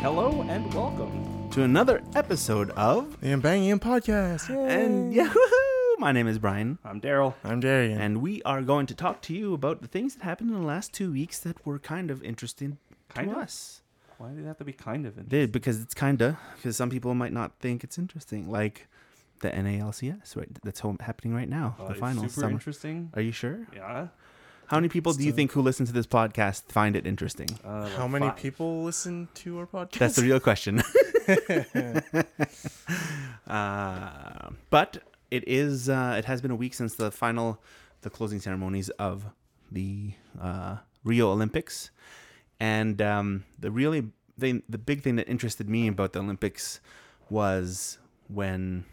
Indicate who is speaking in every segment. Speaker 1: Hello and welcome to another episode of
Speaker 2: The Bangian Podcast. Yay.
Speaker 1: and yeah, woohoo! my name is Brian. I'm Daryl.
Speaker 2: I'm Darian.
Speaker 1: And we are going to talk to you about the things that happened in the last two weeks that were kind of interesting
Speaker 3: Kind
Speaker 1: to
Speaker 3: of?
Speaker 1: us.
Speaker 3: Why did it have to be kind of?
Speaker 1: They- because it's kinda because some people might not think it's interesting, like the NALCS right that's home, happening right now, the finals.
Speaker 3: Oh, Super
Speaker 1: summer.
Speaker 3: interesting.
Speaker 1: Are you sure?
Speaker 3: Yeah.
Speaker 1: How many people do you think who listen to this podcast find it interesting?
Speaker 3: Uh, like
Speaker 2: How many
Speaker 3: five.
Speaker 2: people listen to our podcast?
Speaker 1: That's the real question. uh, but it is. Uh, it has been a week since the final, the closing ceremonies of the uh, Rio Olympics, and um, the really thing, the big thing that interested me about the Olympics was when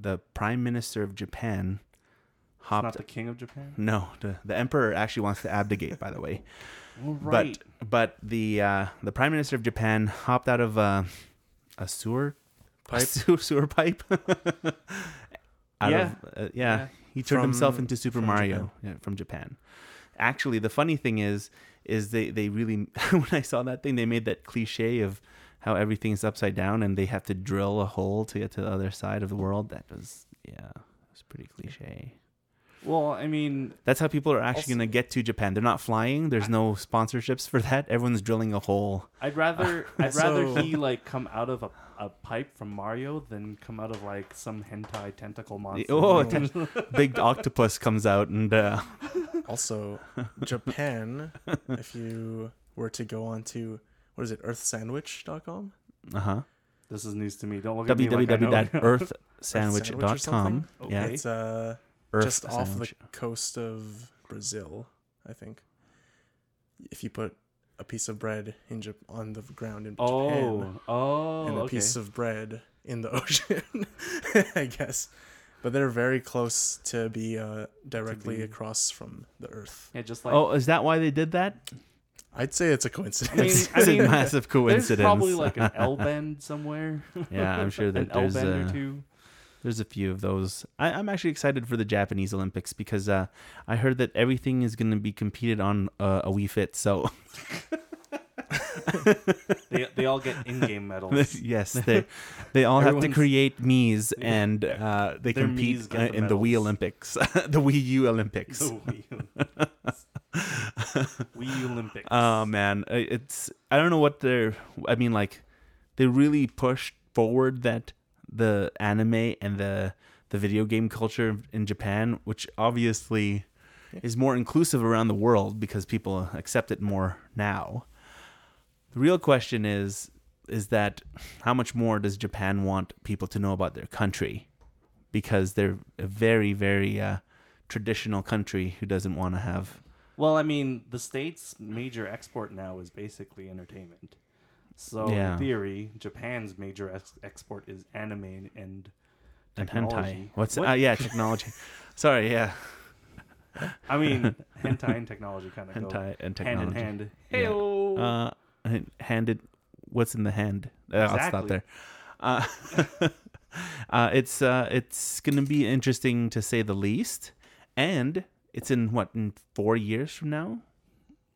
Speaker 1: the Prime Minister of Japan
Speaker 3: It's
Speaker 1: hopped.
Speaker 3: Not the king of Japan.
Speaker 1: no, the, the emperor actually wants to abdicate. By the way,
Speaker 3: Well, right.
Speaker 1: but but the uh, the prime minister of Japan hopped out of uh, a sewer pipe, sewer, sewer pipe. out
Speaker 3: Yeah.
Speaker 1: of, uh, yeah.
Speaker 3: Yeah.
Speaker 1: He turned himself
Speaker 2: From-
Speaker 1: into Super
Speaker 2: from
Speaker 1: Mario yeah, from Japan. Actually, the funny thing is, is they they really when I saw that thing, they made that cliche of how everything is upside down and they have to drill a hole to get to the other side of the world. That was yeah, it was pretty cliche.
Speaker 3: well, I mean,
Speaker 1: That's how people are actually
Speaker 3: Also-
Speaker 1: going to get to Japan. They're not flying. There's
Speaker 3: Uh.
Speaker 1: no sponsorships for that. Everyone's drilling a hole.
Speaker 3: I'd rather I'd rather
Speaker 2: So-
Speaker 3: he like come out of a, a pipe from Mario than come out of like some hentai tentacle monster.
Speaker 1: Oh, atten- big octopus comes out and uh,
Speaker 2: also Japan. if you were to go on to what is it, earthsandwich.com?
Speaker 1: uh-huh.
Speaker 3: this is news to me. Don't look at me like I know.
Speaker 2: Earth sandwich or
Speaker 1: www.earthsandwich.com.
Speaker 2: something?
Speaker 1: Yeah,
Speaker 3: Okay.
Speaker 2: It's uh
Speaker 1: Earth
Speaker 2: just off the
Speaker 1: sandwich.
Speaker 2: coast of Brazil, I think. If you put a piece of bread in Jap- on the ground in Japan
Speaker 3: Oh, oh,
Speaker 2: and a
Speaker 3: okay.
Speaker 2: piece of bread in the ocean, I guess. But they're very close to be uh, directly
Speaker 3: be-
Speaker 2: across from the Earth.
Speaker 3: yeah, just like
Speaker 1: Oh, is that why they did that?
Speaker 2: I'd say it's a
Speaker 3: I mean-
Speaker 2: coincidence.
Speaker 1: It's a
Speaker 3: mean,
Speaker 1: massive
Speaker 3: there's
Speaker 1: coincidence.
Speaker 3: probably like an L bend somewhere.
Speaker 1: yeah, I'm sure that
Speaker 3: an L
Speaker 1: there's
Speaker 3: bend or
Speaker 1: uh,
Speaker 3: two.
Speaker 1: There's a few of those. I, I'm actually excited for the Japanese Olympics because uh, I heard that everything is going to be competed on uh, a Wii Fit. So
Speaker 3: They they all get in game medals.
Speaker 1: yes, they they all have to
Speaker 2: Everyone's-
Speaker 1: create Mii's and uh, they
Speaker 3: Their
Speaker 1: compete
Speaker 3: Miis get
Speaker 1: uh,
Speaker 3: the
Speaker 1: in the Wii
Speaker 3: medals.
Speaker 1: Olympics, the Wii U Olympics.
Speaker 3: The Wii Wii Olympics.
Speaker 1: Oh man, I- it's I don't know what they're. I mean, like they really pushed forward that the anime and the the video game culture in Japan, which obviously is more inclusive around the world because people accept it more now. The real question is is that how much more does Japan want people to know about their country? Because they're a very very uh, traditional country who doesn't want to have
Speaker 3: well, I mean, the state's major export now is basically entertainment. So
Speaker 1: Yeah.
Speaker 3: in theory, Japan's major ex- export is anime and
Speaker 1: and hentai.
Speaker 3: technology.
Speaker 1: What's
Speaker 3: What?
Speaker 1: uh, yeah, technology. Sorry, yeah,
Speaker 3: I mean, hentai and technology kind of
Speaker 1: hentai and
Speaker 3: go
Speaker 1: technology.
Speaker 3: hand in hand.
Speaker 1: Yeah.
Speaker 3: Hey,
Speaker 1: Uh, and handed. What's in the hand? Uh, I'll stop
Speaker 3: Exactly.
Speaker 1: there. Uh, uh, it's uh, it's gonna be interesting to say the least, and it's in what in four years from now,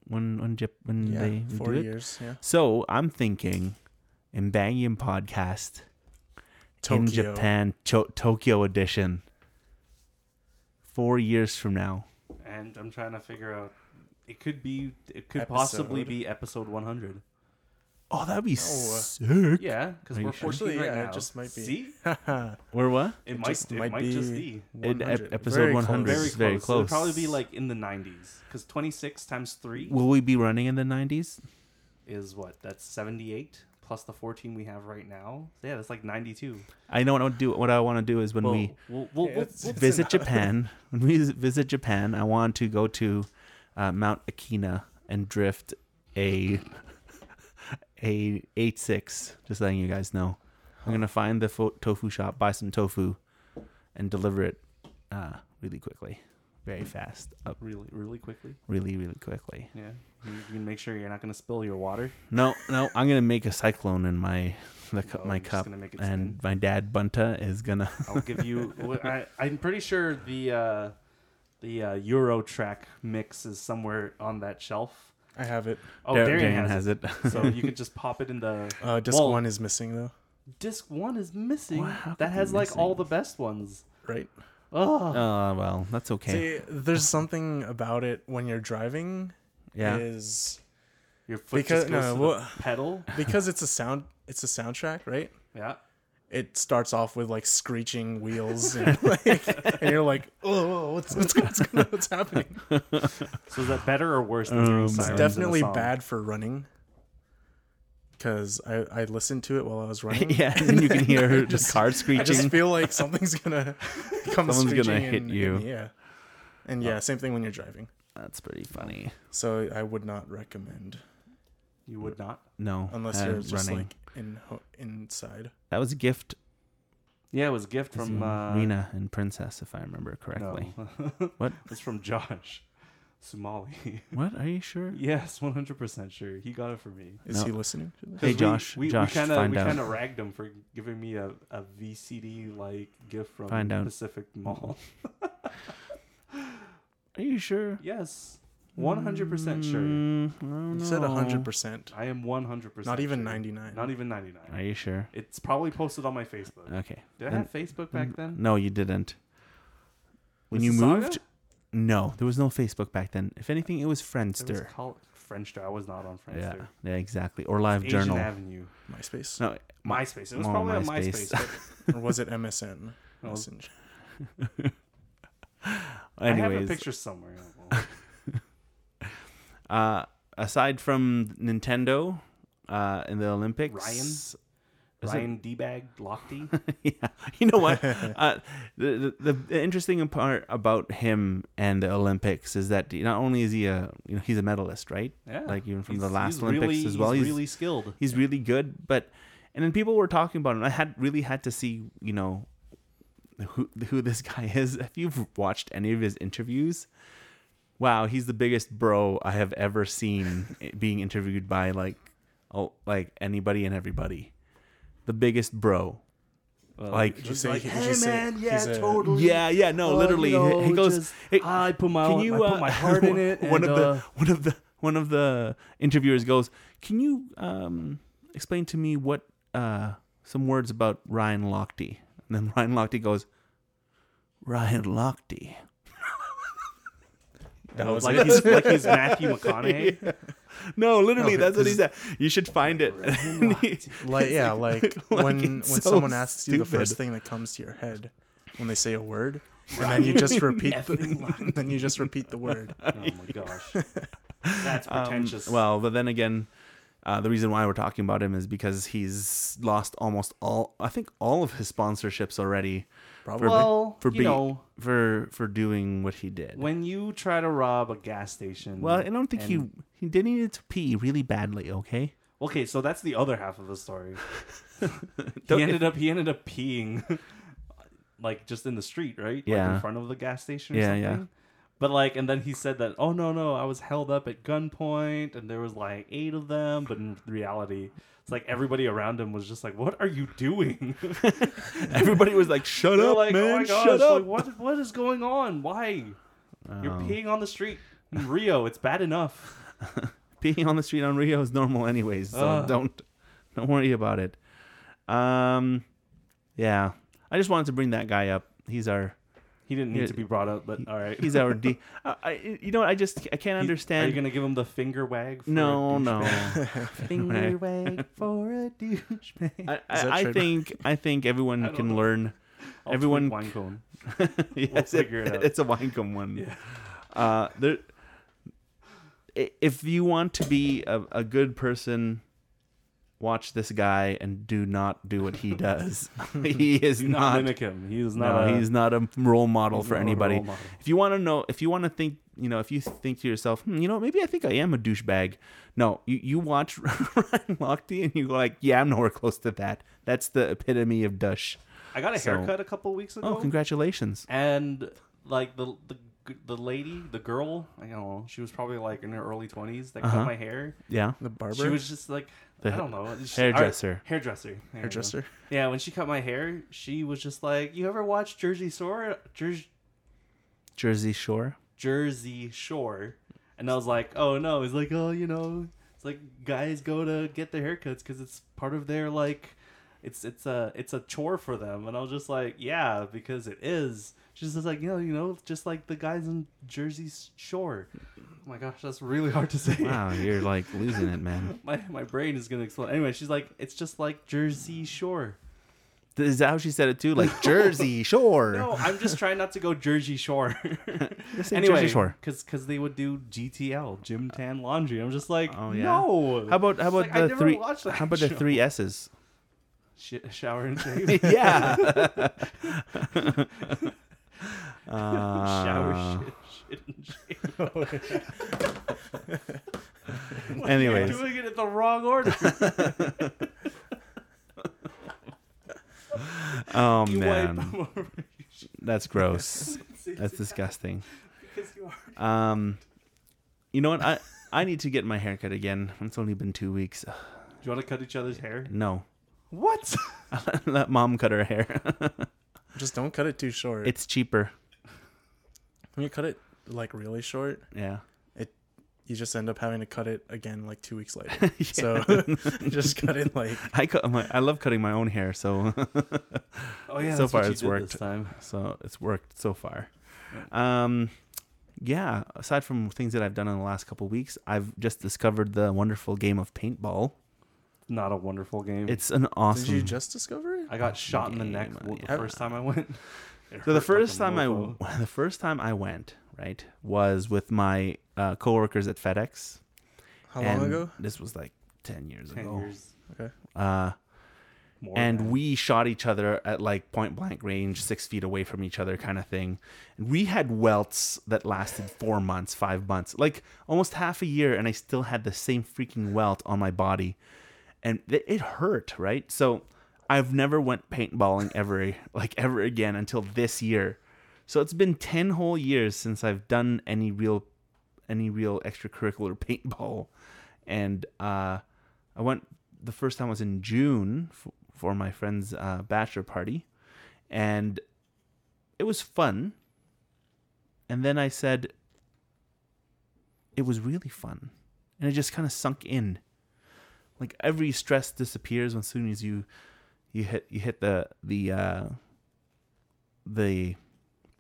Speaker 1: when when Jap- when
Speaker 2: yeah,
Speaker 1: they
Speaker 2: four
Speaker 1: do it.
Speaker 2: years. Yeah,
Speaker 1: So I'm thinking, in Bangian podcast
Speaker 2: Tokyo.
Speaker 1: in Japan, Cho- Tokyo edition. Four years from now.
Speaker 3: and I'm trying to figure out. It could be. It could
Speaker 2: Episode.
Speaker 3: possibly be episode 100.
Speaker 1: Oh, that'd be
Speaker 2: uh,
Speaker 1: sick.
Speaker 3: Yeah, because
Speaker 1: Are you
Speaker 3: we're
Speaker 1: sure?
Speaker 3: 14
Speaker 2: Actually,
Speaker 3: right
Speaker 2: yeah, it
Speaker 3: now.
Speaker 2: just might be.
Speaker 3: See,
Speaker 2: Haha.
Speaker 1: We're what?
Speaker 3: it,
Speaker 2: It
Speaker 3: might.
Speaker 2: just
Speaker 3: it
Speaker 2: might
Speaker 3: might just be.
Speaker 1: In ep-
Speaker 2: 100.
Speaker 1: episode
Speaker 2: Very
Speaker 1: 100.
Speaker 2: close.
Speaker 3: very
Speaker 1: It's
Speaker 3: close.
Speaker 1: very
Speaker 3: It'll probably be
Speaker 1: close.
Speaker 3: like in the 90s because 26 times 3
Speaker 1: Will we be running in the 90s?
Speaker 3: is what? That's 78 plus the 14 we have right now. So yeah, that's like 92.
Speaker 1: I know what I want to do. What I want to do is when
Speaker 3: Well,
Speaker 1: we
Speaker 3: we'll, we'll,
Speaker 2: Yeah,
Speaker 3: we'll,
Speaker 2: it's-
Speaker 3: we'll-
Speaker 2: it's
Speaker 1: visit
Speaker 2: another-
Speaker 1: Japan. When we visit Japan, I want to go to uh, Mount Akina and drift a a eight six. Just letting you guys know, I'm gonna find the fo- tofu shop, buy some tofu, and deliver it uh, really quickly, very fast, up
Speaker 3: really, really quickly.
Speaker 1: really really quickly.
Speaker 3: Yeah. You you can make sure you're not going to spill your water.
Speaker 1: No, no, I'm gonna make a cyclone in my the cu-
Speaker 3: Oh,
Speaker 1: my
Speaker 3: you're just
Speaker 1: cup,
Speaker 3: gonna make it
Speaker 1: and my dad Bunta is gonna.
Speaker 3: I'll give you. I, I'm pretty sure the uh, the uh, Euro track mix is somewhere on that shelf.
Speaker 2: I have it.
Speaker 3: Oh,
Speaker 1: Dar-
Speaker 3: Darian, has,
Speaker 1: it.
Speaker 3: it. so you could just pop it in the
Speaker 2: Uh, disc
Speaker 3: Well-
Speaker 2: one is missing though,
Speaker 3: disc. One is missing.
Speaker 1: Wow, how
Speaker 3: that
Speaker 1: could
Speaker 3: has
Speaker 1: be
Speaker 3: like all
Speaker 1: missing?
Speaker 3: the best ones.
Speaker 2: right?
Speaker 1: Oh
Speaker 3: Oh,
Speaker 1: well, that's okay.
Speaker 2: See, there's something about it when you're driving.
Speaker 1: yeah.
Speaker 2: Is
Speaker 3: your foot
Speaker 2: Because-
Speaker 3: just goes
Speaker 2: no,
Speaker 3: to
Speaker 2: well-
Speaker 3: the pedal.
Speaker 2: because it's a sound. It's a soundtrack, right?
Speaker 3: Yeah.
Speaker 2: It starts off with like screeching wheels, and, like, and you're like, "Oh, what's what's, what's, gonna- what's happening?"
Speaker 3: So is that better or worse than hearing
Speaker 1: Um, It's
Speaker 3: sirens? in a
Speaker 2: Definitely
Speaker 3: song?
Speaker 2: bad for running. Because I, I listened to it while I was running.
Speaker 1: yeah, and you can hear her just cars
Speaker 2: I just
Speaker 1: screeching.
Speaker 2: feel like something's gonna come.
Speaker 1: Someone's gonna
Speaker 2: screeching
Speaker 1: hit
Speaker 2: in-
Speaker 1: you. Oh.
Speaker 2: in the air. And yeah, same thing when you're driving.
Speaker 1: That's pretty funny.
Speaker 2: So I would not recommend
Speaker 3: You would not.
Speaker 1: No,
Speaker 2: unless
Speaker 1: uh,
Speaker 2: you're just
Speaker 1: running.
Speaker 2: like in ho- inside.
Speaker 1: that was a gift
Speaker 3: Yeah, it was a gift from
Speaker 1: from
Speaker 3: uh,
Speaker 1: Rena and Princess, if I remember correctly.
Speaker 3: No.
Speaker 1: What?
Speaker 3: It's from Josh, Somali.
Speaker 1: What are you sure?
Speaker 3: yes, one hundred percent sure. He got it for me.
Speaker 2: Is
Speaker 1: No.
Speaker 2: he listening? To this?
Speaker 3: 'Cause
Speaker 1: Hey, Josh,
Speaker 3: we, we,
Speaker 1: Josh,
Speaker 3: we kinda,
Speaker 1: find
Speaker 3: we
Speaker 1: out.
Speaker 3: kind of ragged him for giving me a, a VCD like gift from
Speaker 1: Find out.
Speaker 3: Pacific Mall.
Speaker 1: Are you sure?
Speaker 3: yes, one hundred percent sure.
Speaker 1: Mm, I don't
Speaker 2: You said
Speaker 1: know.
Speaker 2: hundred percent,
Speaker 3: I am one hundred percent.
Speaker 2: not even ninety nine.
Speaker 3: Not even ninety nine.
Speaker 1: Are you sure?
Speaker 3: It's probably posted on my Facebook.
Speaker 1: Okay.
Speaker 3: Did I
Speaker 1: Uh, then-
Speaker 3: have Facebook back then?
Speaker 1: No, you didn't. When you
Speaker 3: Mississauga?
Speaker 1: moved, no, there was no Facebook back then. If anything, it was
Speaker 3: It was
Speaker 1: Friendster.
Speaker 3: called Friendster. I was not on Friendster.
Speaker 1: yeah, yeah, exactly. Or Live
Speaker 3: Asian
Speaker 1: Journal.
Speaker 3: Avenue.
Speaker 1: e-
Speaker 2: MySpace,
Speaker 1: No,
Speaker 3: MySpace. It was
Speaker 1: Oh,
Speaker 3: probably on
Speaker 1: MySpace.
Speaker 3: MySpace. but
Speaker 2: or was it MSN?
Speaker 3: No.
Speaker 1: Oh.
Speaker 2: Messenger.
Speaker 3: I have a
Speaker 1: anyways,
Speaker 3: picture somewhere. Oh,
Speaker 1: uh, aside from Nintendo uh, in the Olympics,
Speaker 3: Ryan?
Speaker 1: is
Speaker 3: well.
Speaker 1: it-
Speaker 3: Ryan D-Bag Lochte.
Speaker 1: yeah, you know what? uh, the, the the interesting part about him and the Olympics is that not only is he a you know he's a medalist, right?
Speaker 3: Yeah.
Speaker 1: Like even from the
Speaker 3: He's-
Speaker 1: last
Speaker 3: he's
Speaker 1: Olympics
Speaker 3: really-
Speaker 1: as well.
Speaker 3: He's,
Speaker 1: He's
Speaker 3: really skilled.
Speaker 1: he's really good, but and then people were talking about him. I had really had to see you know who who this guy is. If you've watched any of his interviews. Wow, he's the biggest bro I have ever seen being interviewed by like oh like anybody and everybody. The biggest bro. like
Speaker 2: Did you say? did you say he's a-
Speaker 1: yeah, yeah, no,
Speaker 3: Oh,
Speaker 1: literally. he- he goes. hey,
Speaker 3: I put my,
Speaker 1: can you
Speaker 3: I put
Speaker 1: uh,
Speaker 3: my heart in it.
Speaker 1: One
Speaker 3: and,
Speaker 1: of the
Speaker 3: uh,
Speaker 1: one of the one of the interviewers goes, "Can you um, explain to me what uh, some words about Ryan Lochte?" And then Ryan Lochte goes, "Ryan Lochte."
Speaker 2: That
Speaker 1: Oh,
Speaker 2: was
Speaker 3: like
Speaker 2: it. Oh,
Speaker 3: he's like uh, he's Matthew McConaughey.
Speaker 1: No, literally,
Speaker 2: No,
Speaker 1: that's what he
Speaker 2: this-
Speaker 1: said. You should find it. And he-
Speaker 2: like yeah, like,
Speaker 1: like
Speaker 2: when when
Speaker 1: it's so
Speaker 2: someone asks you the
Speaker 1: stupid.
Speaker 2: first thing that comes to your head when they say a word, and then you just repeat the, then you just repeat the word.
Speaker 3: Oh my gosh, that's
Speaker 1: Um,
Speaker 3: pretentious.
Speaker 1: well, but then again, uh, the reason why we're talking about him is because he's lost almost all, I think, all of his sponsorships already
Speaker 2: Probably.
Speaker 3: well,
Speaker 1: for
Speaker 3: you
Speaker 1: being-
Speaker 3: know,
Speaker 1: for for doing what he did.
Speaker 3: when you try to rob a gas station.
Speaker 1: well, I don't think
Speaker 3: and-
Speaker 1: he he did need to pee really badly. Okay,
Speaker 3: Okay, so that's the other half of the story.
Speaker 1: Don't-
Speaker 3: he ended up he ended up peeing like just in the street, right? Like
Speaker 1: Yeah.
Speaker 3: in front of the gas station or
Speaker 1: Yeah,
Speaker 3: something.
Speaker 1: yeah.
Speaker 3: But like and then he said that, "Oh no, no, I was held up at gunpoint and there was like 8 of them, but in reality, it's like everybody around him was just like, "What are you doing?"
Speaker 1: everybody was like, "Shut
Speaker 3: They're
Speaker 1: up,
Speaker 3: like,
Speaker 1: man!
Speaker 3: "Oh my gosh,
Speaker 1: shut up!"
Speaker 3: like what what is going on? Why? You're
Speaker 1: Oh.
Speaker 3: peeing on the street in Rio. It's bad enough."
Speaker 1: Peeing on the street on Rio is normal, anyways. So
Speaker 3: Ugh.
Speaker 1: don't don't worry about it. Um, yeah, I just wanted to bring that guy up. He's our
Speaker 3: He didn't need
Speaker 1: Yeah.
Speaker 3: to be brought up, but all right.
Speaker 1: he's our D. I, I you know what? I just I can't
Speaker 3: Are
Speaker 1: understand.
Speaker 3: you gonna give him the finger wag? For a
Speaker 1: No,
Speaker 3: douche-
Speaker 1: no.
Speaker 3: Finger wag for a douchebag.
Speaker 1: I, I,
Speaker 2: that
Speaker 1: I
Speaker 2: trademark?
Speaker 1: think I think everyone
Speaker 3: don't
Speaker 1: can
Speaker 3: know.
Speaker 1: learn.
Speaker 3: I'll
Speaker 1: Everyone-
Speaker 3: tweet wine cone.
Speaker 1: yes,
Speaker 3: figure it out.
Speaker 1: It's a Winecombe one.
Speaker 3: Yeah.
Speaker 1: Uh, there, i- if you want to be a, a good person, watch this guy and do not do what he does. he is
Speaker 3: Do not
Speaker 1: not.
Speaker 3: mimic him. He is
Speaker 1: no,
Speaker 3: not. a,
Speaker 1: he's not a role model
Speaker 3: he's
Speaker 1: for
Speaker 3: not a
Speaker 1: anybody.
Speaker 3: role model.
Speaker 1: If you want to know, if you want to think, you know, if you think to yourself, hmm, you know, maybe I think I am a douchebag. No, you, you watch Ryan Lochte and you go like, yeah, I'm nowhere close to that. That's the epitome of douche.
Speaker 3: I got a
Speaker 1: So-
Speaker 3: haircut a couple weeks ago,
Speaker 1: Oh, congratulations.
Speaker 3: and like the the the lady, the girl, I don't know, she was probably like in her early twenties that
Speaker 1: Uh-huh.
Speaker 3: cut my hair.
Speaker 1: Yeah.
Speaker 2: the barber,
Speaker 3: She was just like
Speaker 1: The
Speaker 3: I don't know she-
Speaker 1: hairdresser.
Speaker 3: I- hairdresser, There you go.
Speaker 2: hairdresser.
Speaker 3: Yeah, when she cut my hair, she was just like, "You ever watch Jersey Shore? Jer-
Speaker 1: Jersey Shore.
Speaker 3: Jersey Shore?" And I was like, oh no. He's like, oh, you know, it's like guys go to get their haircuts because it's part of their like, it's it's a it's a chore for them. And I was just like, yeah, because it is. She's just like, you know, you know, just like the guys in Jersey Shore. Oh my gosh, that's really hard to say.
Speaker 1: Wow, you're like losing it, man.
Speaker 3: My my brain is gonna explode. Anyway, she's like, it's just like Jersey Shore.
Speaker 1: Is that how she said it too? Like Jersey Shore.
Speaker 3: No, I'm just trying not to go Jersey Shore.
Speaker 1: say Jersey Shore.
Speaker 3: because they would do GTL, Gym Tan Laundry. I'm just like,
Speaker 1: Oh, yeah.
Speaker 3: no.
Speaker 1: How about how
Speaker 3: It's
Speaker 1: about
Speaker 3: like, I
Speaker 1: the
Speaker 3: never
Speaker 1: three?
Speaker 3: watched that
Speaker 1: How about the
Speaker 3: show.
Speaker 1: three S's?
Speaker 3: Sh- shower and shave?
Speaker 1: yeah.
Speaker 3: shower,
Speaker 1: Uh,
Speaker 3: shit, shit, and shave.
Speaker 1: Anyways.
Speaker 3: You're doing it in the wrong order.
Speaker 1: Oh
Speaker 3: You wipe
Speaker 1: man,
Speaker 3: them over your shit.
Speaker 1: that's gross.
Speaker 3: See,
Speaker 1: That's disgusting.
Speaker 3: because you are-
Speaker 1: Um, you know what? I I need to get my haircut again. It's only been two weeks. Ugh,
Speaker 3: Do you want to cut each other's hair?
Speaker 1: No,
Speaker 3: What?
Speaker 1: let mom cut her hair.
Speaker 2: Just don't cut it too short.
Speaker 1: it's cheaper.
Speaker 2: when you cut it like really short,
Speaker 1: Yeah.
Speaker 2: you just end up having to cut it again like two weeks later. So just cut it like
Speaker 1: I cut my, I love cutting my own hair, so
Speaker 3: Oh yeah.
Speaker 1: So
Speaker 3: that's
Speaker 1: far
Speaker 3: what you
Speaker 1: it's
Speaker 3: did
Speaker 1: worked.
Speaker 3: This time.
Speaker 1: so it's worked so far. Um, yeah. Aside from things that I've done in the last couple weeks, I've just discovered the wonderful game of paintball.
Speaker 3: Not a wonderful game.
Speaker 1: It's an
Speaker 2: Mm. Did
Speaker 1: awesome.
Speaker 2: you just discover it?
Speaker 3: I got shot in the neck
Speaker 1: Game,
Speaker 3: w- the
Speaker 1: yeah.
Speaker 3: first time I went. It
Speaker 1: so the
Speaker 3: hurt like a
Speaker 1: first time I
Speaker 3: mofo.
Speaker 1: the first time I went right was with my uh, coworkers at FedEx.
Speaker 2: How long
Speaker 1: and
Speaker 2: ago?
Speaker 1: This was like ten years
Speaker 3: ten
Speaker 1: ago.
Speaker 3: years
Speaker 1: Uh,
Speaker 3: more.
Speaker 1: and
Speaker 3: than-
Speaker 1: we shot each other at like point blank range, six feet away from each other, kind of thing. And we had welts that lasted four months, five months, like almost half a year, and I still had the same freaking welt on my body, and it, it hurt, right? So I've never went paintballing ever, like ever again until this year. So it's been ten whole years since I've done any real, any real extracurricular paintball, and uh, I went the first time was in June f- for my friend's uh, bachelor party, and it was fun. And then I said, it was really fun, and it just kind of sunk in. Like every stress disappears as soon as you you hit you hit the the uh, the,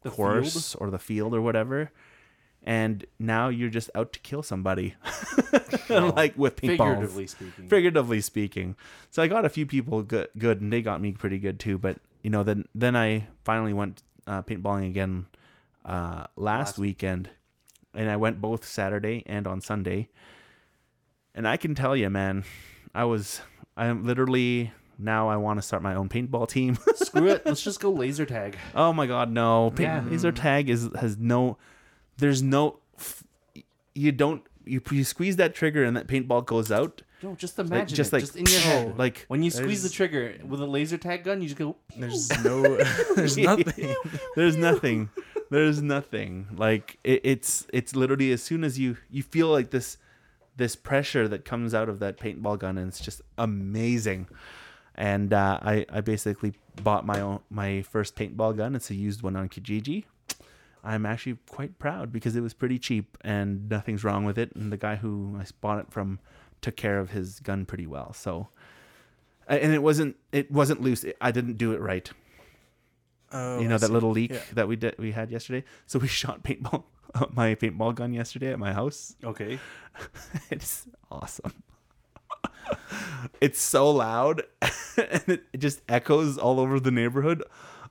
Speaker 3: The
Speaker 1: course or the field or whatever. And now you're just out to kill somebody, like with paintballs
Speaker 3: figuratively speaking.
Speaker 1: figuratively speaking. So I got a few people good, good, and they got me pretty good too. But you know, then then I finally went uh, paintballing again uh, last,
Speaker 3: Last-
Speaker 1: weekend, and I went both Saturday and on Sunday. And I can tell you, man, I was I'm literally now I want to start my own paintball team.
Speaker 3: Screw it. Let's just go laser tag.
Speaker 1: oh my god, no! Paint,
Speaker 3: Yeah. Mm.
Speaker 1: Laser tag is has no, there's no, f- you don't. You, you squeeze that trigger and that paintball goes out.
Speaker 3: No, just imagine it, just
Speaker 1: just like- Oh.
Speaker 3: in your head.
Speaker 1: like,
Speaker 3: when you squeeze the
Speaker 2: there's-
Speaker 3: trigger with a laser tag gun, you just go.
Speaker 2: There's no there's nothing.
Speaker 1: There's nothing. There's nothing. Like it, it's it's literally as soon as you you feel like this this pressure that comes out of that paintball gun and it's just amazing. And uh, I I basically bought my own my first paintball gun. It's a used one on Kijiji. I'm actually quite proud because it was pretty cheap and nothing's wrong with it. And the guy who I bought it from took care of his gun pretty well. So and it wasn't it wasn't loose. I didn't do it right
Speaker 2: Oh,
Speaker 1: you know
Speaker 2: I
Speaker 1: that
Speaker 2: see.
Speaker 1: little leak
Speaker 2: Yeah.
Speaker 1: that we did we had yesterday. So we shot paintball my paintball gun yesterday at my house.
Speaker 3: Okay.
Speaker 1: It's awesome. it's so loud and it, it just echoes all over the neighborhood.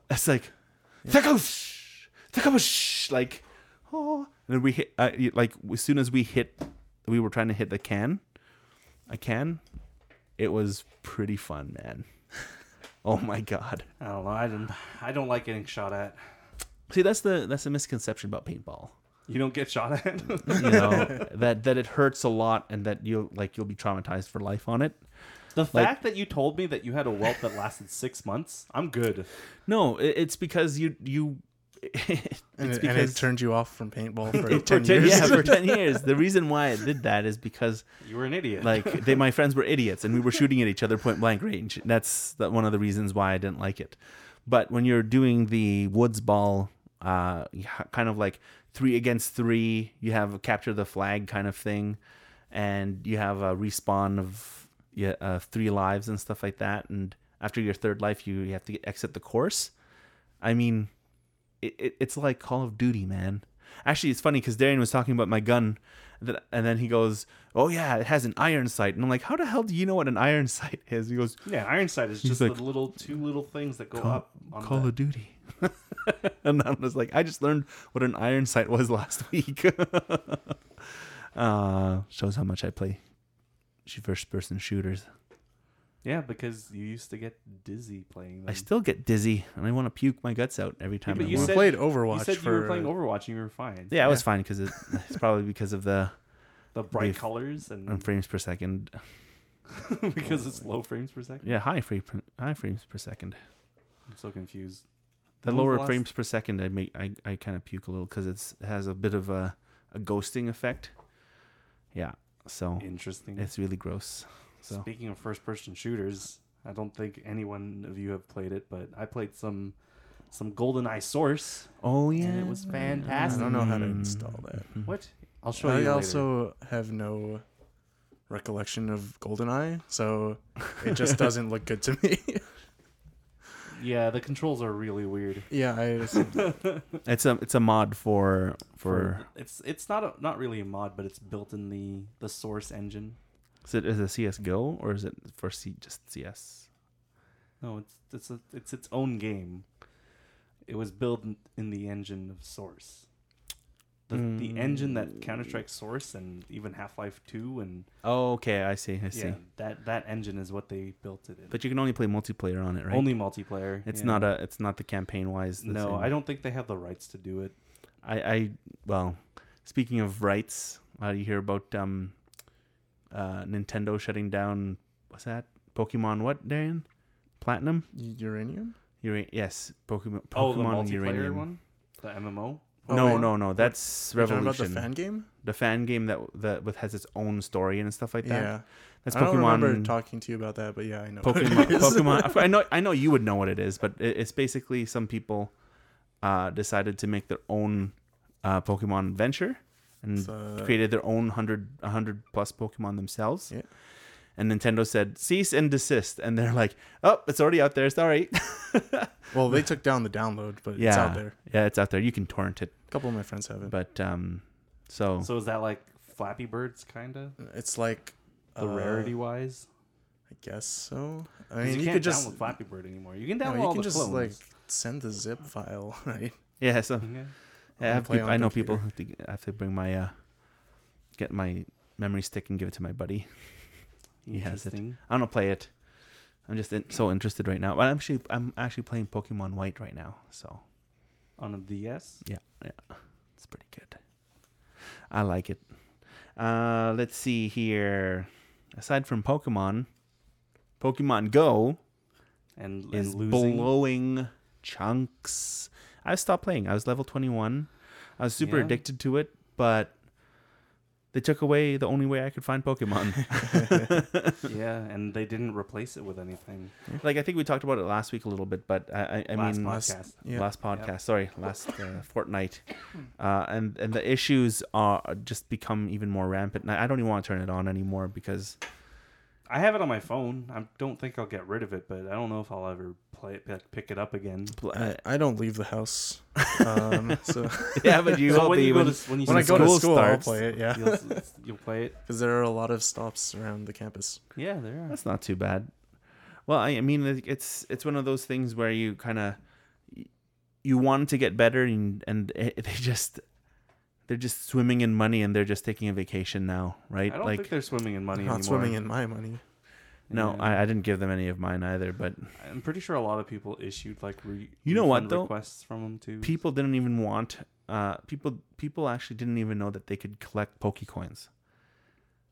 Speaker 1: It's like "Thakoosh! Thakoosh!" like oh and then we hit uh, you- like as soon as we hit we were trying to hit the can a can it was pretty fun man. Oh my god.
Speaker 3: I don't know. I don't. I don't like getting shot at.
Speaker 1: See that's the that's the misconception about paintball.
Speaker 3: You don't get shot at.
Speaker 1: you know that that it hurts a lot and that you'll like you'll be traumatized for life on it
Speaker 3: the fact that you told me that you had a welt that lasted six months, I'm good.
Speaker 1: no it, it's because you you it's
Speaker 2: And it, and it
Speaker 1: because
Speaker 2: turned you off from paintball for 10
Speaker 1: ten-
Speaker 2: years.
Speaker 1: yeah for 10 years the reason why it did that is because
Speaker 3: You were an idiot.
Speaker 1: like they my friends were idiots and we were shooting at each other point blank range that's that one of the reasons why i didn't like it but when you're doing the woods ball uh you ha- kind of like three against three. You have a capture the flag kind of thing, and you have a respawn of yeah, uh, three lives and stuff like that. And after your third life, you, you have to exit the course. I mean, it, it, it's like Call of Duty, man. Actually, it's funny because Darian was talking about my gun, that, and then he goes, "Oh yeah, it has an iron sight," and I'm like, "How the hell do you know what an iron sight is?" He goes,
Speaker 3: Yeah, Ironside is
Speaker 1: He's
Speaker 3: just
Speaker 1: like,
Speaker 3: the little two little things that go
Speaker 1: Call-
Speaker 3: up on
Speaker 1: Call
Speaker 3: the,
Speaker 1: of Duty. and I was like, I just learned what an iron sight was last week. uh, shows how much I play sh- first person shooters.
Speaker 3: Yeah, because you used to get dizzy playing them.
Speaker 1: I still get dizzy and I want to puke my guts out every time
Speaker 3: but
Speaker 1: I
Speaker 3: you
Speaker 1: want.
Speaker 3: said-
Speaker 2: played
Speaker 3: you
Speaker 2: Overwatch
Speaker 3: said
Speaker 2: for
Speaker 3: you were playing Overwatch and you were fine.
Speaker 1: yeah, I was fine because it, it's probably because of the
Speaker 3: The bright
Speaker 1: We've-
Speaker 3: colors and
Speaker 1: um, frames per second.
Speaker 3: because it's low frames per second.
Speaker 1: Yeah, high, frame, high frames per second.
Speaker 3: I'm so confused.
Speaker 1: The
Speaker 3: When was
Speaker 1: lower
Speaker 3: last-
Speaker 1: frames per second, I make I, I kind of puke a little because it has a bit of a, a ghosting effect. Yeah, so
Speaker 3: Interesting.
Speaker 1: it's really gross. so.
Speaker 3: Speaking of first person shooters, I don't think anyone of you have played it, but I played some some Golden Eye Source.
Speaker 1: Oh yeah,
Speaker 3: And it was
Speaker 2: I
Speaker 3: fantastic.
Speaker 2: don't know how to
Speaker 1: Mm.
Speaker 2: install that.
Speaker 3: What? I'll show you
Speaker 2: I
Speaker 3: later.
Speaker 2: also have no recollection of GoldenEye, so it just doesn't look good to me.
Speaker 3: Yeah, the controls are really weird.
Speaker 2: yeah, I just,
Speaker 1: It's a it's a mod for for
Speaker 3: it's it's not a, not really a mod, but it's built in the the source engine.
Speaker 1: is it is it CS:GO or is it for C just CS?
Speaker 3: No, it's it's a, it's its own game. It was built in- in the engine of Source. The, the engine
Speaker 2: Hmm.
Speaker 3: that Counter Strike Source and even Half Life Two and
Speaker 1: Oh okay, I see, I see.
Speaker 3: yeah, that that engine is what they built it in.
Speaker 1: But you can only play multiplayer on it, right?
Speaker 3: Only multiplayer.
Speaker 1: It's
Speaker 3: yeah.
Speaker 1: not a it's not the campaign wise.
Speaker 3: No, I don't think they have the rights to do it.
Speaker 1: I I well, speaking of rights, how do you hear about um, uh, Nintendo shutting down? What's that? Pokemon what, Darian? Platinum?
Speaker 2: uranium.
Speaker 1: Ura- yes, Pokemon. Pokemon
Speaker 3: oh, the multiplayer
Speaker 1: Uranium.
Speaker 3: one, the MMO.
Speaker 2: Oh,
Speaker 1: no,
Speaker 2: wait.
Speaker 1: no, no. That's
Speaker 2: You're
Speaker 1: Revolution.
Speaker 2: talking about the fan game.
Speaker 1: the fan game that that with has its own story and stuff like that.
Speaker 2: Yeah,
Speaker 1: That's
Speaker 2: I don't remember
Speaker 1: Pokemon.
Speaker 2: talking to you about that, but yeah, I know. what it
Speaker 1: Pokemon.
Speaker 2: is.
Speaker 1: Pokemon. I know. I know you would know what it is, but it, it's basically some people uh, decided to make their own uh, Pokemon adventure and
Speaker 2: It's, uh,
Speaker 1: created their own 100, 100 plus Pokemon themselves.
Speaker 2: Yeah.
Speaker 1: And Nintendo said cease and desist, and they're like, "Oh, it's already out there. Sorry."
Speaker 2: Well, they took down the download, but
Speaker 1: yeah,
Speaker 2: it's out there.
Speaker 1: yeah, it's out there. You can torrent it,
Speaker 2: A couple of my friends have it.
Speaker 1: but um, so,
Speaker 3: So is that like Flappy Birds kind of
Speaker 2: It's like
Speaker 3: the
Speaker 2: uh,
Speaker 3: rarity wise?
Speaker 2: I guess so. I
Speaker 3: 'Cause
Speaker 2: mean,
Speaker 3: you,
Speaker 2: you,
Speaker 3: can't
Speaker 2: could just
Speaker 3: download Flappy Bird anymore. You can
Speaker 2: no,
Speaker 3: download
Speaker 2: you
Speaker 3: all
Speaker 2: can
Speaker 3: the
Speaker 2: just
Speaker 3: clones.
Speaker 2: like send the zip file, right?
Speaker 1: yeah, so
Speaker 3: Yeah.
Speaker 1: Yeah, I, have
Speaker 2: play
Speaker 1: peop-
Speaker 2: on
Speaker 1: I know
Speaker 2: computer.
Speaker 1: people have to, I have to bring my uh, get my memory stick and give it to my buddy. He has it.
Speaker 3: Interesting.
Speaker 1: I don't play it. I'm just in, so interested right now. But I'm actually I'm actually playing Pokemon White right now, so
Speaker 3: on a DS.
Speaker 1: yeah, yeah, it's pretty good. I like it. Uh, let's see here. Aside from Pokemon, Pokemon Go
Speaker 3: and, and
Speaker 1: is
Speaker 3: losing.
Speaker 1: blowing chunks. I stopped playing. I was level 21. I was super
Speaker 3: Yeah.
Speaker 1: addicted to it, but they took away the only way I could find Pokemon.
Speaker 3: yeah, and they didn't replace it with anything.
Speaker 1: like I think we talked about it last week a little bit, but I, I, I
Speaker 3: Last
Speaker 1: mean
Speaker 3: month.
Speaker 2: Last-
Speaker 3: Podcast.
Speaker 2: yeah.
Speaker 1: last podcast. Sorry, last uh, fortnight, uh, and and the issues are just become even more rampant. And I I don't even want to turn it on anymore because
Speaker 3: I have it on my phone. I don't think I'll get rid of it, but I don't know if I'll ever play it, pick- pick it up again.
Speaker 1: uh,
Speaker 2: I don't leave the house. Um, so
Speaker 1: yeah, but you
Speaker 3: So
Speaker 1: will
Speaker 3: when
Speaker 1: be
Speaker 3: you go
Speaker 1: when,
Speaker 3: to s- when you
Speaker 2: when I
Speaker 3: go
Speaker 2: go to
Speaker 1: school
Speaker 2: school,
Speaker 1: starts,
Speaker 2: I'll play it. Yeah,
Speaker 3: you'll, you'll play it.
Speaker 2: because there are a lot of stops around the campus.
Speaker 3: Yeah, there are.
Speaker 1: That's not too bad. Well, I, I mean, it- it's it's one of those things where you kind of you want to get better, and and it- they just they're just swimming in money, and they're just taking a vacation now,
Speaker 3: I
Speaker 1: right?
Speaker 3: don't think they're swimming in money
Speaker 2: Not
Speaker 3: anymore.
Speaker 2: swimming in my money.
Speaker 1: no,
Speaker 3: Yeah.
Speaker 1: I, I didn't give them any of mine either, but
Speaker 3: I'm pretty sure a lot of people issued like re-
Speaker 1: You know what,
Speaker 3: refund
Speaker 1: though?
Speaker 3: requests from them too.
Speaker 1: people didn't even want uh people people actually didn't even know that they could collect Pokecoins.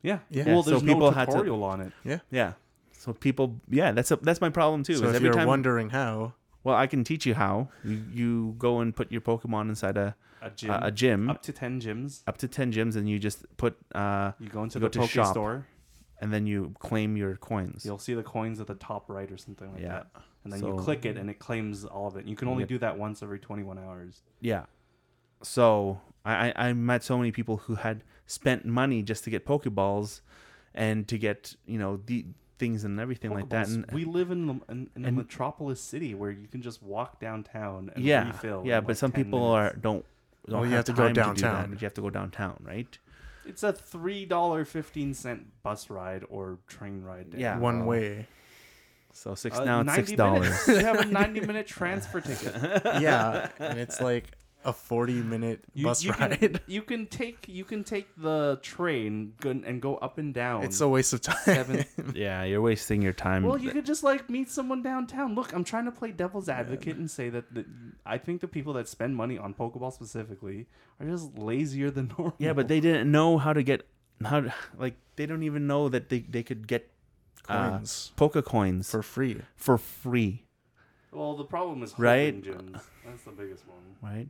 Speaker 3: yeah,
Speaker 2: Yeah.
Speaker 3: Well,
Speaker 1: so
Speaker 3: there's no
Speaker 1: people had to-
Speaker 3: tutorial on it.
Speaker 1: Yeah. So people, yeah, that's a that's my problem too.
Speaker 2: so
Speaker 1: is
Speaker 2: if
Speaker 1: every
Speaker 2: you're
Speaker 1: time,
Speaker 2: wondering how,
Speaker 1: well, I can teach you how you, you go and put your Pokemon inside a
Speaker 3: A gym,
Speaker 1: a, a gym
Speaker 3: up to ten gyms.
Speaker 1: up to ten gyms, and you just put uh
Speaker 3: You go into
Speaker 1: You go
Speaker 3: the
Speaker 1: to
Speaker 3: Poke
Speaker 1: shop.
Speaker 3: store.
Speaker 1: and then you claim your coins.
Speaker 3: You'll see the coins at the top right or something like
Speaker 1: Yeah.
Speaker 3: that. And then
Speaker 1: So-
Speaker 3: you click it and it claims all of it. You can only
Speaker 1: Yeah.
Speaker 3: do that once every 21 hours.
Speaker 1: Yeah. So I, I I met so many people who had spent money just to get Pokeballs, and to get you know the things and everything like that.
Speaker 3: Pokeballs.
Speaker 1: And
Speaker 3: we live in the, in, in a
Speaker 1: and-
Speaker 3: metropolis city where you can just walk downtown and
Speaker 1: yeah,
Speaker 3: refill.
Speaker 1: yeah,
Speaker 3: in,
Speaker 1: but
Speaker 3: like,
Speaker 1: some
Speaker 3: 10
Speaker 1: people
Speaker 3: minutes.
Speaker 1: are don't. don't
Speaker 2: Well, Oh, you have to go
Speaker 1: time do that,
Speaker 2: downtown.
Speaker 1: but you have to go downtown, right?
Speaker 3: It's a three dollar fifteen cent bus ride or train ride.
Speaker 1: Yeah.
Speaker 2: One
Speaker 1: well,
Speaker 2: way.
Speaker 1: So six
Speaker 3: Uh,
Speaker 1: now it's six
Speaker 3: 90
Speaker 1: dollars.
Speaker 3: minutes. you have a ninety minute transfer ticket.
Speaker 2: yeah, and it's like a forty-minute
Speaker 3: You,
Speaker 2: bus
Speaker 3: you
Speaker 2: ride.
Speaker 3: Can, you can take you can take the train go- and go up and down.
Speaker 2: it's a waste of time.
Speaker 3: seven.
Speaker 1: yeah, you're wasting your time.
Speaker 3: Well, you could just like meet someone downtown. Look, I'm trying to play devil's advocate and say that the, I think the people that spend money on Pokeball specifically are just lazier than normal.
Speaker 1: yeah, but they didn't know how to get how to, like they don't even know that they they could get uh,
Speaker 2: Coins
Speaker 1: Poke coins for,
Speaker 2: for free.
Speaker 1: for free,
Speaker 3: well, the problem is
Speaker 1: Right?
Speaker 3: holding gyms. That's the biggest one.
Speaker 1: right?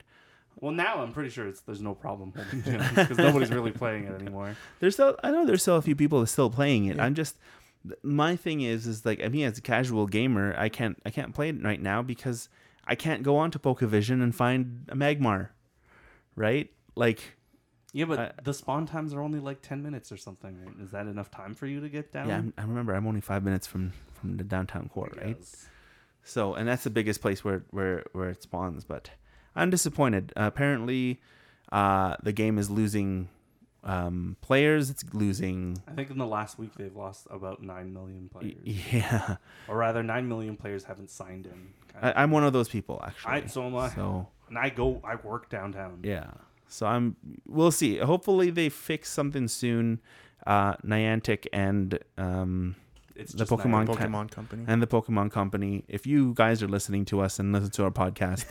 Speaker 3: Well, now I'm pretty sure it's there's no problem holding gyms because nobody's really playing it anymore.
Speaker 1: There's still I know there's still a few people that's still playing it. I'm just th- my thing is is like I mean as a casual gamer, I can't I can't play it right now because I can't go onto Pokevision and find a Magmar, right? Like
Speaker 3: Yeah, but
Speaker 1: I-
Speaker 3: the spawn times are only like ten minutes or something. Right? Is that enough time for you to get down?
Speaker 1: yeah, I'm, I remember I'm only five minutes from from the downtown court, right?
Speaker 3: Yes.
Speaker 1: So, and that's the biggest place where where where it spawns. But I'm disappointed. apparently, uh, the game is losing um, players. It's losing.
Speaker 3: I think in the last week they've lost about nine million
Speaker 1: y-
Speaker 3: players,
Speaker 1: Yeah,
Speaker 3: or rather, nine million players haven't signed in. kind
Speaker 1: I,
Speaker 3: of.
Speaker 1: I'm one of those people actually.
Speaker 3: I, so am I.
Speaker 1: so
Speaker 3: and I go, I work downtown.
Speaker 1: yeah. So I'm. We'll see. Hopefully, they fix something soon. Uh, Niantic and um,
Speaker 3: It's
Speaker 1: The
Speaker 3: just
Speaker 1: Pokemon-
Speaker 3: Niantic.
Speaker 2: Pokemon Company.
Speaker 3: Mm-hmm.
Speaker 1: and the Pokemon Company. If you guys are listening to us and listen to our podcast,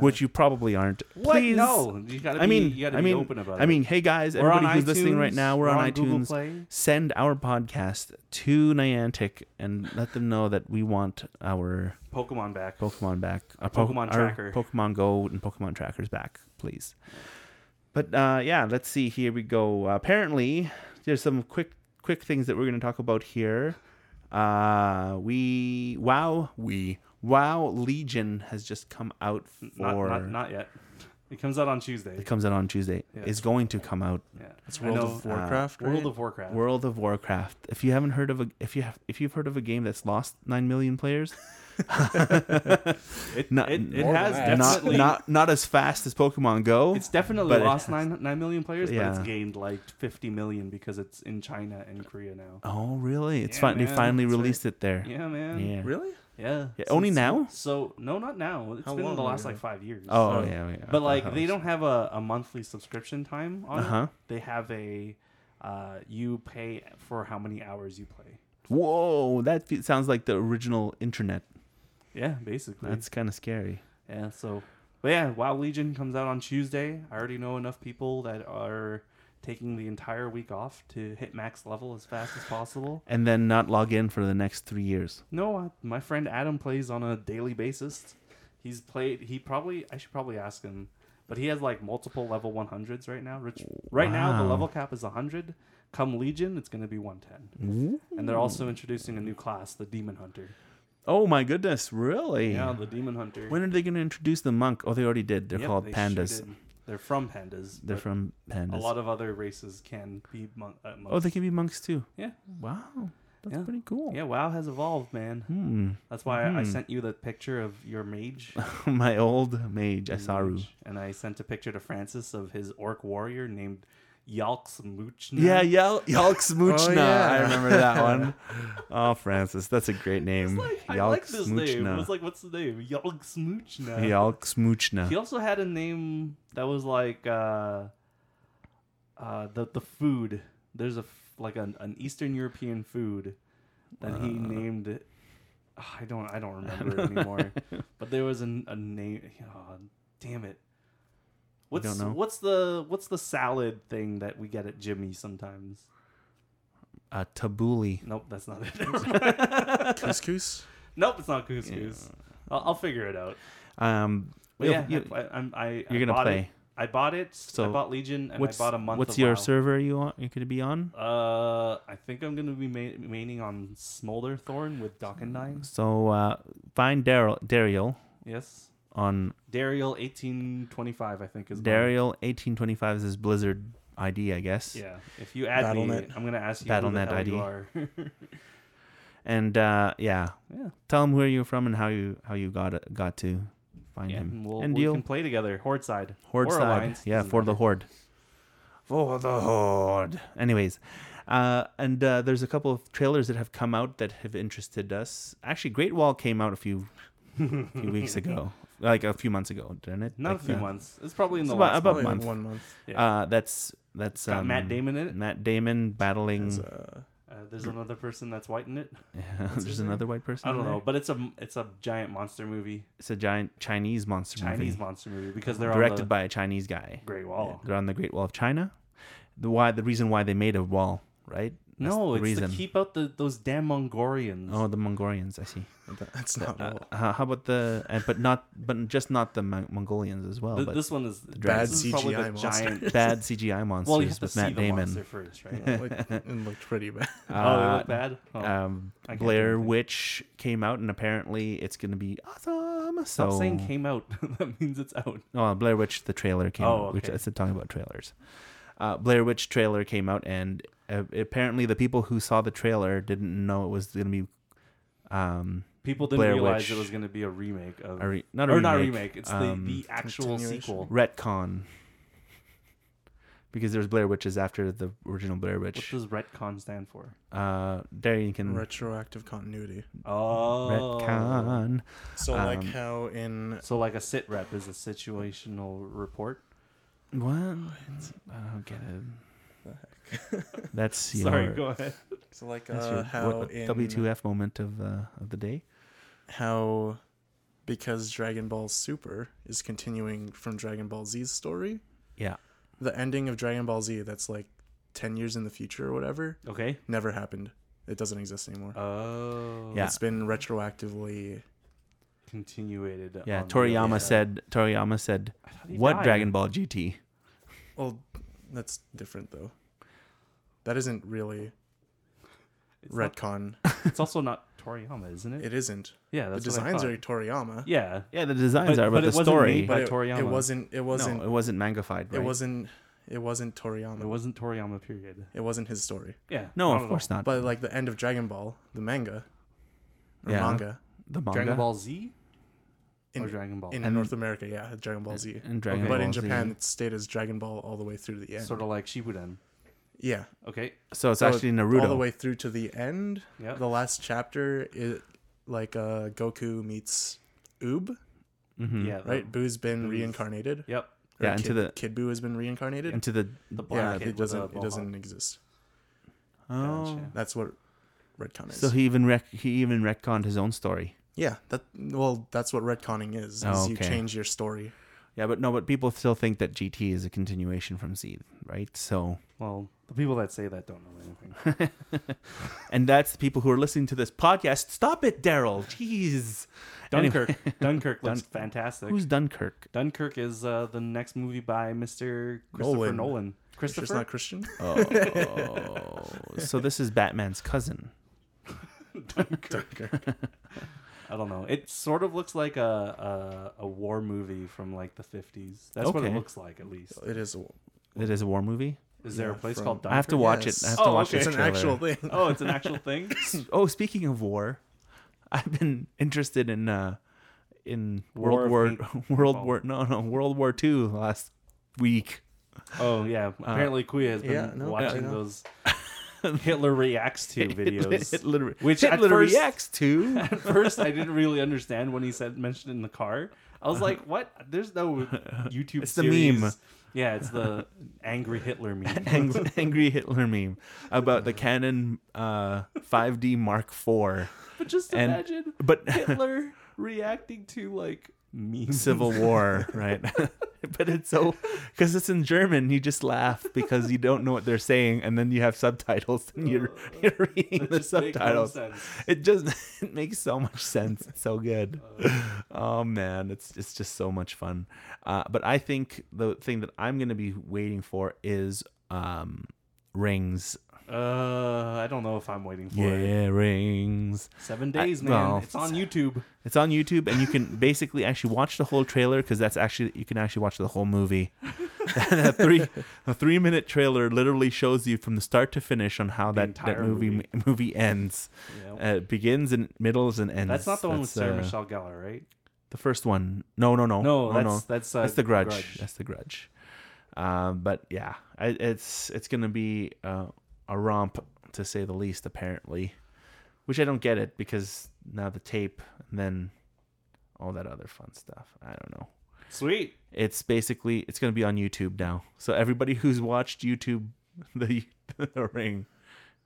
Speaker 1: which you probably aren't,
Speaker 3: What?
Speaker 1: please
Speaker 3: No, you gotta. Be,
Speaker 1: I mean,
Speaker 3: you gotta
Speaker 1: I
Speaker 3: be
Speaker 1: mean,
Speaker 3: open about it.
Speaker 1: I mean, hey guys,
Speaker 3: We're on
Speaker 1: everybody who's listening right
Speaker 3: iTunes,
Speaker 1: now, we're, on,
Speaker 3: Google
Speaker 1: iTunes.
Speaker 3: Play.
Speaker 1: Send our podcast to Niantic and let them know that we want our
Speaker 3: Pokemon back.
Speaker 1: Pokemon back, our Poke-
Speaker 3: Pokemon
Speaker 1: our
Speaker 3: Tracker.
Speaker 1: Pokemon Go, and Pokemon Trackers back, please. But uh, yeah, let's see. Here we go. apparently, there's some quick quick things that we're going to talk about here. Uh, we wow we wow Legion has just come out
Speaker 3: Not,
Speaker 1: for
Speaker 3: not, not yet. It comes out on Tuesday.
Speaker 1: it comes out on Tuesday.
Speaker 3: Yeah.
Speaker 1: It's going to come out
Speaker 3: Yeah,
Speaker 2: it's
Speaker 3: I
Speaker 2: World
Speaker 3: know-
Speaker 2: of Warcraft. right?
Speaker 3: World of Warcraft.
Speaker 1: World of Warcraft. If you haven't heard of a if you have if you've heard of a game that's lost nine million players,
Speaker 3: It,
Speaker 1: not-
Speaker 3: it, it
Speaker 2: More
Speaker 3: has
Speaker 2: than that.
Speaker 1: not
Speaker 3: definitely.
Speaker 1: not not as fast as Pokemon Go.
Speaker 3: it's definitely
Speaker 1: but it
Speaker 3: lost nine nine million players, but
Speaker 1: Yeah.
Speaker 3: it's gained like fifty million because it's in China and Korea now.
Speaker 1: oh really? It's
Speaker 3: Yeah,
Speaker 1: fin- they
Speaker 3: man,
Speaker 1: finally
Speaker 3: that's right.
Speaker 1: released it there.
Speaker 3: Yeah, man.
Speaker 1: Yeah.
Speaker 2: Really?
Speaker 3: Yeah.
Speaker 1: Yeah, only
Speaker 3: Since-
Speaker 1: now?
Speaker 3: So no, not now. It's
Speaker 2: How
Speaker 3: been in the
Speaker 2: long
Speaker 3: last
Speaker 2: ago?
Speaker 3: like five years.
Speaker 1: Oh
Speaker 2: So-
Speaker 1: yeah, yeah.
Speaker 3: But like they don't have a, a monthly subscription time on
Speaker 1: Uh huh.
Speaker 3: it. They have a uh, you pay for how many hours you play.
Speaker 1: Whoa, that fe- sounds like the original internet.
Speaker 3: Yeah, basically.
Speaker 1: That's kind of scary.
Speaker 3: yeah, so but yeah, WoW Legion comes out on Tuesday. I already know enough people that are taking the entire week off to hit max level as fast as possible.
Speaker 1: And then not log in for the next three years.
Speaker 3: No, I, my friend Adam plays on a daily basis. He's played. He probably. I should probably ask him, but he has like multiple level 100s right now. Rich, right now the
Speaker 1: Wow.
Speaker 3: level cap is 100. Come Legion, it's going to be 110. And they're also introducing a new class, the Demon Hunter.
Speaker 1: Oh my goodness, really?
Speaker 3: Yeah, the Demon Hunter.
Speaker 1: When are they going to introduce the monk? Oh, they already did. They're
Speaker 3: Yep,
Speaker 1: called
Speaker 3: they sure
Speaker 1: pandas.
Speaker 3: did. They're from pandas.
Speaker 1: They're
Speaker 3: but
Speaker 1: from pandas.
Speaker 3: A lot of other races can be mon- uh, monks.
Speaker 1: Oh, they can be monks too.
Speaker 3: Yeah.
Speaker 1: Wow, that's
Speaker 3: Yeah.
Speaker 1: pretty cool.
Speaker 3: Yeah, WoW has evolved, man.
Speaker 1: Hmm.
Speaker 3: That's why I I
Speaker 1: Mhm.
Speaker 3: sent you the picture of your mage.
Speaker 1: My old mage
Speaker 3: and
Speaker 1: Asaru.
Speaker 3: Mooch. And I sent a picture to Francis of his orc warrior named Yalks Moochna.
Speaker 1: Yeah, Yal- Yalk Smoochna.
Speaker 2: Oh, yeah.
Speaker 1: I remember that one. oh, Francis, that's a great
Speaker 3: It's
Speaker 1: name.
Speaker 3: like, I
Speaker 1: Yalk
Speaker 3: like this name. I
Speaker 1: Smoochna.
Speaker 3: was like, uh, what's the name? Yalks Moochna.
Speaker 1: Yalk Smoochna.
Speaker 3: He also had a name that was like uh, uh, the the food. There's a f- like an, an Eastern European food that he
Speaker 1: Uh.
Speaker 3: named it. Ah, I don't I don't remember it anymore. But there was an, a name. Oh, damn it. What's
Speaker 1: know?
Speaker 3: what's the what's the salad thing that we get at Jimmy sometimes?
Speaker 1: Uh, tabbouleh.
Speaker 3: Nope, that's not it.
Speaker 2: Couscous.
Speaker 3: nope, it's not couscous. I'll, I'll figure it out.
Speaker 1: Um,
Speaker 3: But
Speaker 1: you'll-
Speaker 3: yeah,
Speaker 1: you,
Speaker 3: I, I, I'm- I, I
Speaker 1: are gonna
Speaker 3: bought it.
Speaker 1: play.
Speaker 3: I bought it. I
Speaker 1: So,
Speaker 3: bought Legion, and I
Speaker 1: What's
Speaker 3: bought a month.
Speaker 1: what's
Speaker 3: of
Speaker 1: your
Speaker 3: WoW.
Speaker 1: server you want? You could be on.
Speaker 3: Uh, I think I'm gonna be ma- maining on Smolder Thorn with Dock and Nine.
Speaker 1: So uh, find Daryl Daryl
Speaker 3: Yes.
Speaker 1: on
Speaker 3: Dariel 1825, I think is mine.
Speaker 1: Daryl 1825 is his Blizzard ID, I guess.
Speaker 3: Yeah. If you add me,
Speaker 2: Battlenet.
Speaker 3: I'm gonna ask you who the
Speaker 1: Battlenet
Speaker 3: hell
Speaker 1: ID.
Speaker 3: you are.
Speaker 1: And uh, yeah,
Speaker 3: yeah.
Speaker 1: tell him where you're from and how you how you got got to find
Speaker 3: yeah.
Speaker 1: him.
Speaker 3: And we'll,
Speaker 1: and
Speaker 3: we
Speaker 1: deal
Speaker 3: can play together. Horde side.
Speaker 1: horde
Speaker 3: or
Speaker 1: side.
Speaker 3: alliance,
Speaker 1: Yeah,
Speaker 3: doesn't
Speaker 1: for the
Speaker 3: matter.
Speaker 1: horde. For the horde. Anyways, uh, and uh, there's a couple of trailers that have come out that have interested us. Actually, Great Wall came out a few few weeks ago, like a few months ago, didn't it?
Speaker 3: Not
Speaker 1: Like,
Speaker 3: a few
Speaker 1: uh,
Speaker 3: months. It's probably in
Speaker 1: it's
Speaker 3: the
Speaker 1: about-
Speaker 3: last
Speaker 1: about
Speaker 3: month.
Speaker 1: month.
Speaker 2: Probably one month.
Speaker 3: Yeah.
Speaker 1: Uh, that's that's
Speaker 3: Got
Speaker 1: um,
Speaker 3: Matt Damon in it.
Speaker 1: Matt Damon
Speaker 2: As,
Speaker 1: battling.
Speaker 2: uh,
Speaker 3: Uh, there's another person that's white in it.
Speaker 1: Yeah,
Speaker 2: his
Speaker 1: there's
Speaker 2: name?
Speaker 1: another white person.
Speaker 3: I don't
Speaker 1: in
Speaker 3: know,
Speaker 1: there.
Speaker 3: but it's a it's a giant monster movie,
Speaker 1: It's a giant Chinese monster
Speaker 3: Chinese
Speaker 1: movie,
Speaker 3: monster movie because they're
Speaker 1: directed
Speaker 3: on
Speaker 1: by a Chinese guy.
Speaker 3: the Great Wall.
Speaker 1: They're on the Great Wall of China. The why the reason why they made a wall, right? That's
Speaker 3: No,
Speaker 1: the
Speaker 3: it's
Speaker 1: reason.
Speaker 3: to keep out the those damn Mongolians.
Speaker 1: Oh, the Mongolians. I see.
Speaker 2: that- that's not
Speaker 1: Uh,
Speaker 2: all.
Speaker 3: Oh.
Speaker 1: how how about the? Uh, but not, but just not the Mon- Mongolians as well.
Speaker 3: Th-
Speaker 1: but
Speaker 3: this one is
Speaker 1: dragons.
Speaker 3: this is probably
Speaker 2: Bad
Speaker 3: the
Speaker 2: CGI monster.
Speaker 3: giant.
Speaker 1: bad CGI monsters
Speaker 3: well, you have to
Speaker 1: with
Speaker 3: see
Speaker 1: Matt
Speaker 3: the
Speaker 1: Damon.
Speaker 3: monster first, right?
Speaker 2: like, it looked pretty bad.
Speaker 3: oh, it
Speaker 1: Uh,
Speaker 3: looked bad. Oh,
Speaker 1: um,
Speaker 3: I can't do
Speaker 1: Blair
Speaker 3: anything.
Speaker 1: Witch came out, and apparently it's going to be awesome. So
Speaker 3: Stop saying came out. that means it's out.
Speaker 1: Oh, Blair Witch the trailer came
Speaker 3: Oh,
Speaker 1: out. Which
Speaker 3: okay.
Speaker 1: I said talking about trailers. Uh, Blair Witch trailer came out, and uh, apparently the people who saw the trailer didn't know it was going to be, um,
Speaker 3: People didn't
Speaker 1: Blair
Speaker 3: realize
Speaker 1: Witch.
Speaker 3: it was going to be a remake of
Speaker 1: a re- not a
Speaker 3: or
Speaker 1: remake,
Speaker 3: not a remake. It's
Speaker 1: um,
Speaker 3: the, the actual
Speaker 2: continuation.
Speaker 3: sequel
Speaker 1: retcon. Because there's Blair Witches after the original Blair
Speaker 3: What
Speaker 1: Witch.
Speaker 3: does retcon stand for?
Speaker 1: Uh, Darian can
Speaker 2: Retroactive continuity.
Speaker 3: Oh,
Speaker 1: retcon.
Speaker 2: So like
Speaker 1: Um,
Speaker 2: how in
Speaker 3: So like a sit rep is a situational report.
Speaker 1: What? I don't get it. That's your
Speaker 3: Sorry, go ahead.
Speaker 2: so like
Speaker 1: that's
Speaker 2: uh,
Speaker 1: your
Speaker 2: how
Speaker 1: what-
Speaker 2: in
Speaker 1: WTF moment of uh, of the day.
Speaker 2: how because Dragon Ball Super is continuing from Dragon Ball Z's story,
Speaker 1: Yeah.
Speaker 2: the ending of Dragon Ball Z that's like 10 years in the future or whatever
Speaker 3: Okay.
Speaker 2: never happened. It doesn't exist anymore.
Speaker 3: Oh,
Speaker 1: Yeah.
Speaker 2: It's been retroactively
Speaker 3: Continuated.
Speaker 1: Yeah,
Speaker 3: on the
Speaker 1: Toriyama
Speaker 3: other-
Speaker 1: said. Toriyama said,
Speaker 3: I thought he
Speaker 1: "What
Speaker 3: died.
Speaker 1: Dragon Ball GT?"
Speaker 2: well that's different though. That isn't really
Speaker 3: It's, not-
Speaker 2: retcon.
Speaker 3: it's also not Toriyama, isn't it?
Speaker 2: it isn't.
Speaker 3: yeah,
Speaker 2: The
Speaker 3: that's what I
Speaker 2: designs
Speaker 3: thought.
Speaker 2: are Toriyama.
Speaker 3: Yeah,
Speaker 1: Yeah, the designs
Speaker 3: But-
Speaker 1: are,
Speaker 3: but
Speaker 1: but,
Speaker 3: it
Speaker 1: the
Speaker 3: wasn't
Speaker 1: story.
Speaker 3: made by
Speaker 2: but it,
Speaker 3: Toriyama.
Speaker 2: it wasn't it wasn't
Speaker 1: no, it wasn't mangified. Right?
Speaker 2: it wasn't it wasn't Toriyama.
Speaker 3: it wasn't Toriyama. Period.
Speaker 2: It wasn't his story.
Speaker 3: Yeah.
Speaker 1: No,
Speaker 3: not
Speaker 1: of
Speaker 3: at
Speaker 1: course
Speaker 3: all.
Speaker 1: not.
Speaker 2: But like the end of Dragon Ball, the manga, or
Speaker 1: Yeah.
Speaker 2: manga
Speaker 1: the manga
Speaker 3: Dragon Ball Z
Speaker 2: in,
Speaker 3: or Dragon Ball.
Speaker 2: in
Speaker 1: And-
Speaker 2: North America, yeah, Dragon Ball Z.
Speaker 1: and Dragon
Speaker 3: Okay.
Speaker 2: but
Speaker 1: Ball
Speaker 2: in
Speaker 1: Z.
Speaker 2: Japan, it's stayed as Dragon Ball all the way through to the end.
Speaker 3: Sort of like Shibuden.
Speaker 2: Yeah,
Speaker 3: Okay.
Speaker 1: so it's
Speaker 2: So
Speaker 1: actually Naruto.
Speaker 2: all the way through to the end.
Speaker 3: Yeah.
Speaker 2: The last chapter, it like uh, Goku meets Oob,
Speaker 1: Mhm.
Speaker 3: yeah. the-
Speaker 2: right? Boo's been
Speaker 3: Boo's-
Speaker 2: reincarnated.
Speaker 3: Oh. Yep.
Speaker 2: Or
Speaker 1: Yeah, and
Speaker 2: Kid,
Speaker 1: to the-
Speaker 2: Kid Boo has been reincarnated.
Speaker 1: into the
Speaker 3: The black
Speaker 2: yeah,
Speaker 3: kid
Speaker 2: it
Speaker 3: with the
Speaker 2: doesn't it
Speaker 3: mohawk.
Speaker 2: doesn't exist.
Speaker 1: oh.
Speaker 3: Gotcha.
Speaker 2: That's what retcon is.
Speaker 1: So he even rec- he even retconned his own story.
Speaker 2: yeah, that well, that's what retconning is. is
Speaker 1: Oh,
Speaker 2: you
Speaker 1: okay.
Speaker 2: change your story.
Speaker 1: Yeah, but no, but people still think that GT is a continuation from Z, right? So,
Speaker 3: Well, the people that say that don't know anything.
Speaker 1: and that's the people who are listening to this podcast. Stop it, Daryl. Jeez. Anyway,
Speaker 3: Dunkirk. Dunkirk looks fantastic.
Speaker 1: who's Dunkirk?
Speaker 3: Dunkirk is uh, the next movie by Mr. Christopher Nolan.
Speaker 2: Nolan. It's
Speaker 3: Christopher?
Speaker 2: just not Christian.
Speaker 1: Oh, so this is Batman's cousin.
Speaker 2: Dunkirk.
Speaker 3: I don't know. It sort of looks like a a, a war movie from like the 50s. That's what it
Speaker 1: Okay.
Speaker 3: looks like, at least.
Speaker 2: It is. a-
Speaker 1: It is a war movie.
Speaker 3: Is there a
Speaker 2: Yeah,
Speaker 3: place
Speaker 2: from-
Speaker 3: called Dunkirk?
Speaker 1: I have to watch
Speaker 2: Yes.
Speaker 1: it. I have to
Speaker 3: Oh,
Speaker 1: watch
Speaker 3: okay.
Speaker 1: the
Speaker 2: It's an
Speaker 1: trailer.
Speaker 2: actual thing.
Speaker 3: Oh, it's an actual thing?
Speaker 1: Oh, speaking of war, I've been interested in uh in
Speaker 3: War
Speaker 1: World War
Speaker 3: of
Speaker 1: World
Speaker 3: Paintball.
Speaker 1: War no no World War Two last week.
Speaker 3: Oh, yeah. Apparently, Kuya has been
Speaker 2: yeah, no,
Speaker 3: watching
Speaker 2: I know.
Speaker 3: those Hitler Reacts to videos.
Speaker 1: Hitler,
Speaker 3: Which at
Speaker 1: Hitler
Speaker 3: first-
Speaker 1: reacts to.
Speaker 3: At first, I didn't really understand when he said mentioned in the car. I was like, "What? There's no YouTube."
Speaker 1: It's the
Speaker 3: series."
Speaker 1: meme.
Speaker 3: Yeah, it's the angry Hitler meme.
Speaker 1: Angry, angry Hitler meme about the Canon uh, 5D Mark IV,
Speaker 3: but just
Speaker 1: And-
Speaker 3: imagine
Speaker 1: but
Speaker 3: Hitler reacting to like memes.
Speaker 1: Civil War, right? but it's so because it's in German, you just laugh because you don't know what they're saying, and then you have subtitles and you're you're reading
Speaker 3: That Oh.
Speaker 1: the
Speaker 3: just make no
Speaker 1: subtitles.
Speaker 3: sense.
Speaker 1: It just it makes so much sense. It's so good. Oh man, it's it's just so much fun. Uh, but I think the thing that I'm gonna be waiting for is um rings.
Speaker 3: Uh, I don't know if I'm waiting for it.
Speaker 1: Yeah, rings. things.
Speaker 3: Seven
Speaker 1: I-
Speaker 3: days, man.
Speaker 1: well,
Speaker 3: it's on YouTube.
Speaker 1: It's on YouTube, and you can basically actually watch the whole trailer because that's actually you can actually watch the whole movie. that three a three minute trailer literally shows you from the start to finish on how
Speaker 3: The
Speaker 1: that, that
Speaker 3: entire
Speaker 1: movie
Speaker 3: movie.
Speaker 1: movie, ends.
Speaker 3: Yeah.
Speaker 1: Uh, it begins and middles and ends.
Speaker 3: that's not the one with Sarah
Speaker 1: uh,
Speaker 3: Michelle Gellar, right?
Speaker 1: The first one. No, no, no,
Speaker 3: No, that's
Speaker 1: no.
Speaker 3: that's uh,
Speaker 1: that's the grudge. That's the grudge. Um, but yeah, I, it's it's gonna be uh, a romp to say the least, apparently. Which I don't get it because now the tape and then all that other fun stuff. I don't know.
Speaker 3: Sweet.
Speaker 1: It's basically it's gonna be on YouTube now. So everybody who's watched YouTube the the ring,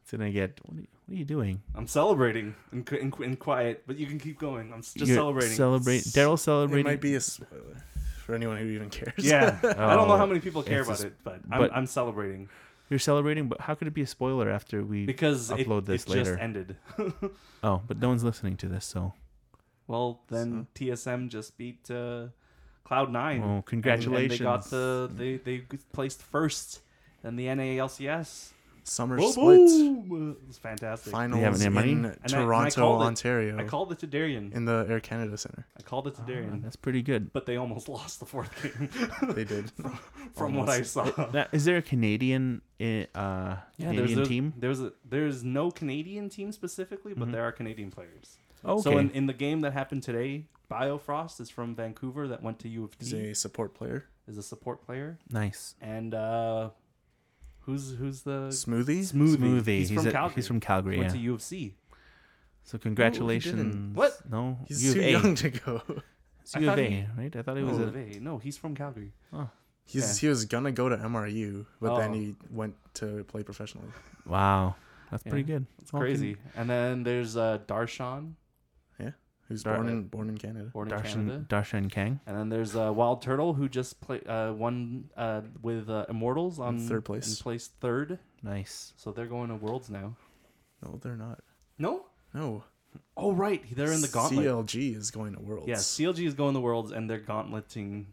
Speaker 1: it's gonna get what are you, what are you doing?
Speaker 3: I'm celebrating in, qu- in, qu- in quiet, but you can keep going. I'm s- just
Speaker 1: You're
Speaker 3: celebrating.
Speaker 1: Celebrate Daryl
Speaker 2: It
Speaker 1: celebrating.
Speaker 2: might be a spoiler for anyone who even cares.
Speaker 3: yeah, I don't know
Speaker 1: Oh,
Speaker 3: how many people care
Speaker 1: it's
Speaker 3: about
Speaker 1: just-
Speaker 3: it, but,
Speaker 1: but-
Speaker 3: I'm, I'm celebrating
Speaker 1: You're celebrating, but how could it be a spoiler after we?
Speaker 3: because it,
Speaker 1: Upload this
Speaker 3: it
Speaker 1: later.
Speaker 3: just ended.
Speaker 1: oh, but no one's listening to this, so
Speaker 3: well, then TSM just beat uh, Cloud Nine.
Speaker 1: oh,
Speaker 3: and- and
Speaker 1: congratulations.
Speaker 3: they got the they they placed first in the NALCS.
Speaker 2: Summer
Speaker 3: Boom,
Speaker 2: splits
Speaker 3: boom! It was fantastic.
Speaker 2: finals
Speaker 1: any
Speaker 2: in
Speaker 1: money?
Speaker 3: I- and I
Speaker 2: Toronto,
Speaker 3: called it.
Speaker 2: Ontario,
Speaker 3: I called it to Darian.
Speaker 2: in the Air Canada Center.
Speaker 3: I called it to
Speaker 1: Ah,
Speaker 3: Darian,
Speaker 1: that's pretty good.
Speaker 3: but they almost lost the fourth game
Speaker 2: They did.
Speaker 3: from what I
Speaker 2: Almost.
Speaker 3: saw.
Speaker 1: That, is there a Canadian eh, uh, Canadian
Speaker 3: there's,
Speaker 1: team? Mm-hmm.
Speaker 3: There's a, there's no Canadian team specifically, but there are Canadian players.
Speaker 1: Okay.
Speaker 3: So in, in the game that happened today, Biofrost is from Vancouver that went to U of
Speaker 2: He's
Speaker 3: T
Speaker 2: a support player.
Speaker 3: is a support player,
Speaker 1: nice.
Speaker 3: and uh, who's who's the
Speaker 2: Smoothie.
Speaker 3: Smoothie?
Speaker 1: Smoothie.
Speaker 3: He's, from
Speaker 1: a-
Speaker 3: Calgary.
Speaker 1: He's from Calgary.
Speaker 3: went
Speaker 1: Yeah.
Speaker 3: to Oh, U of C.
Speaker 1: so congratulations.
Speaker 3: What?
Speaker 1: No.
Speaker 2: He's
Speaker 1: U of
Speaker 2: too
Speaker 1: A.
Speaker 2: young to go.
Speaker 1: It's
Speaker 3: I
Speaker 1: U of
Speaker 3: thought
Speaker 1: A, Oh.
Speaker 3: he- Oh,
Speaker 1: right? I thought it
Speaker 3: No,
Speaker 1: was
Speaker 3: U
Speaker 1: a.
Speaker 3: of A. no, he's from Calgary.
Speaker 2: He's he was gonna go to MRU, but
Speaker 3: Oh.
Speaker 2: then he went to play professionally.
Speaker 1: Wow. That's
Speaker 3: Yeah.
Speaker 1: pretty good. That's
Speaker 3: Crazy. And then there's uh, Darshan,
Speaker 2: Who's
Speaker 1: Dar-
Speaker 2: born in born in Canada.
Speaker 3: born in Canada.
Speaker 1: Darshan, Darshan Kang.
Speaker 3: And then there's uh, Wild Turtle, who just play, uh, won uh, with uh, Immortals on
Speaker 2: third place.
Speaker 3: In place third,
Speaker 1: Nice.
Speaker 3: so they're going to Worlds now.
Speaker 2: No, they're not.
Speaker 3: No.
Speaker 2: No,
Speaker 3: Oh right, they're in the gauntlet.
Speaker 2: CLG is going to Worlds.
Speaker 3: Yeah, CLG is going to Worlds, and they're gauntleting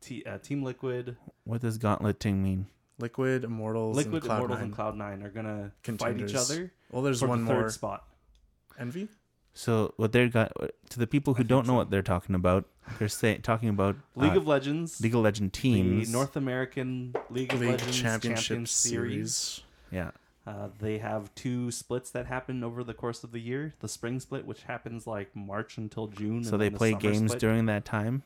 Speaker 3: T, uh, Team Liquid,
Speaker 1: What does gauntlet thing mean?
Speaker 2: Liquid Immortals.
Speaker 3: Liquid
Speaker 2: and Cloud
Speaker 3: Immortals,
Speaker 2: Nine.
Speaker 3: and Cloud Nine are gonna fight each
Speaker 2: Contenders.
Speaker 3: other
Speaker 2: Well, there's
Speaker 3: for
Speaker 2: one
Speaker 3: the third
Speaker 2: more.
Speaker 3: spot.
Speaker 2: Envy.
Speaker 1: So what they're got uh, to the people who don't know what they're talking about, they're say, talking about
Speaker 3: League
Speaker 1: uh,
Speaker 3: of Legends,
Speaker 1: League of Legend
Speaker 3: the
Speaker 1: teams.
Speaker 3: North American League of
Speaker 2: League
Speaker 3: Legends
Speaker 2: Championship
Speaker 3: Champions Series.
Speaker 2: Series.
Speaker 1: yeah.
Speaker 3: Uh, they have two splits that happen over the course of the year. The spring split, which happens like March until June.
Speaker 1: So
Speaker 3: and
Speaker 1: they
Speaker 3: then the
Speaker 1: play
Speaker 3: summer
Speaker 1: games
Speaker 3: split.
Speaker 1: during that time.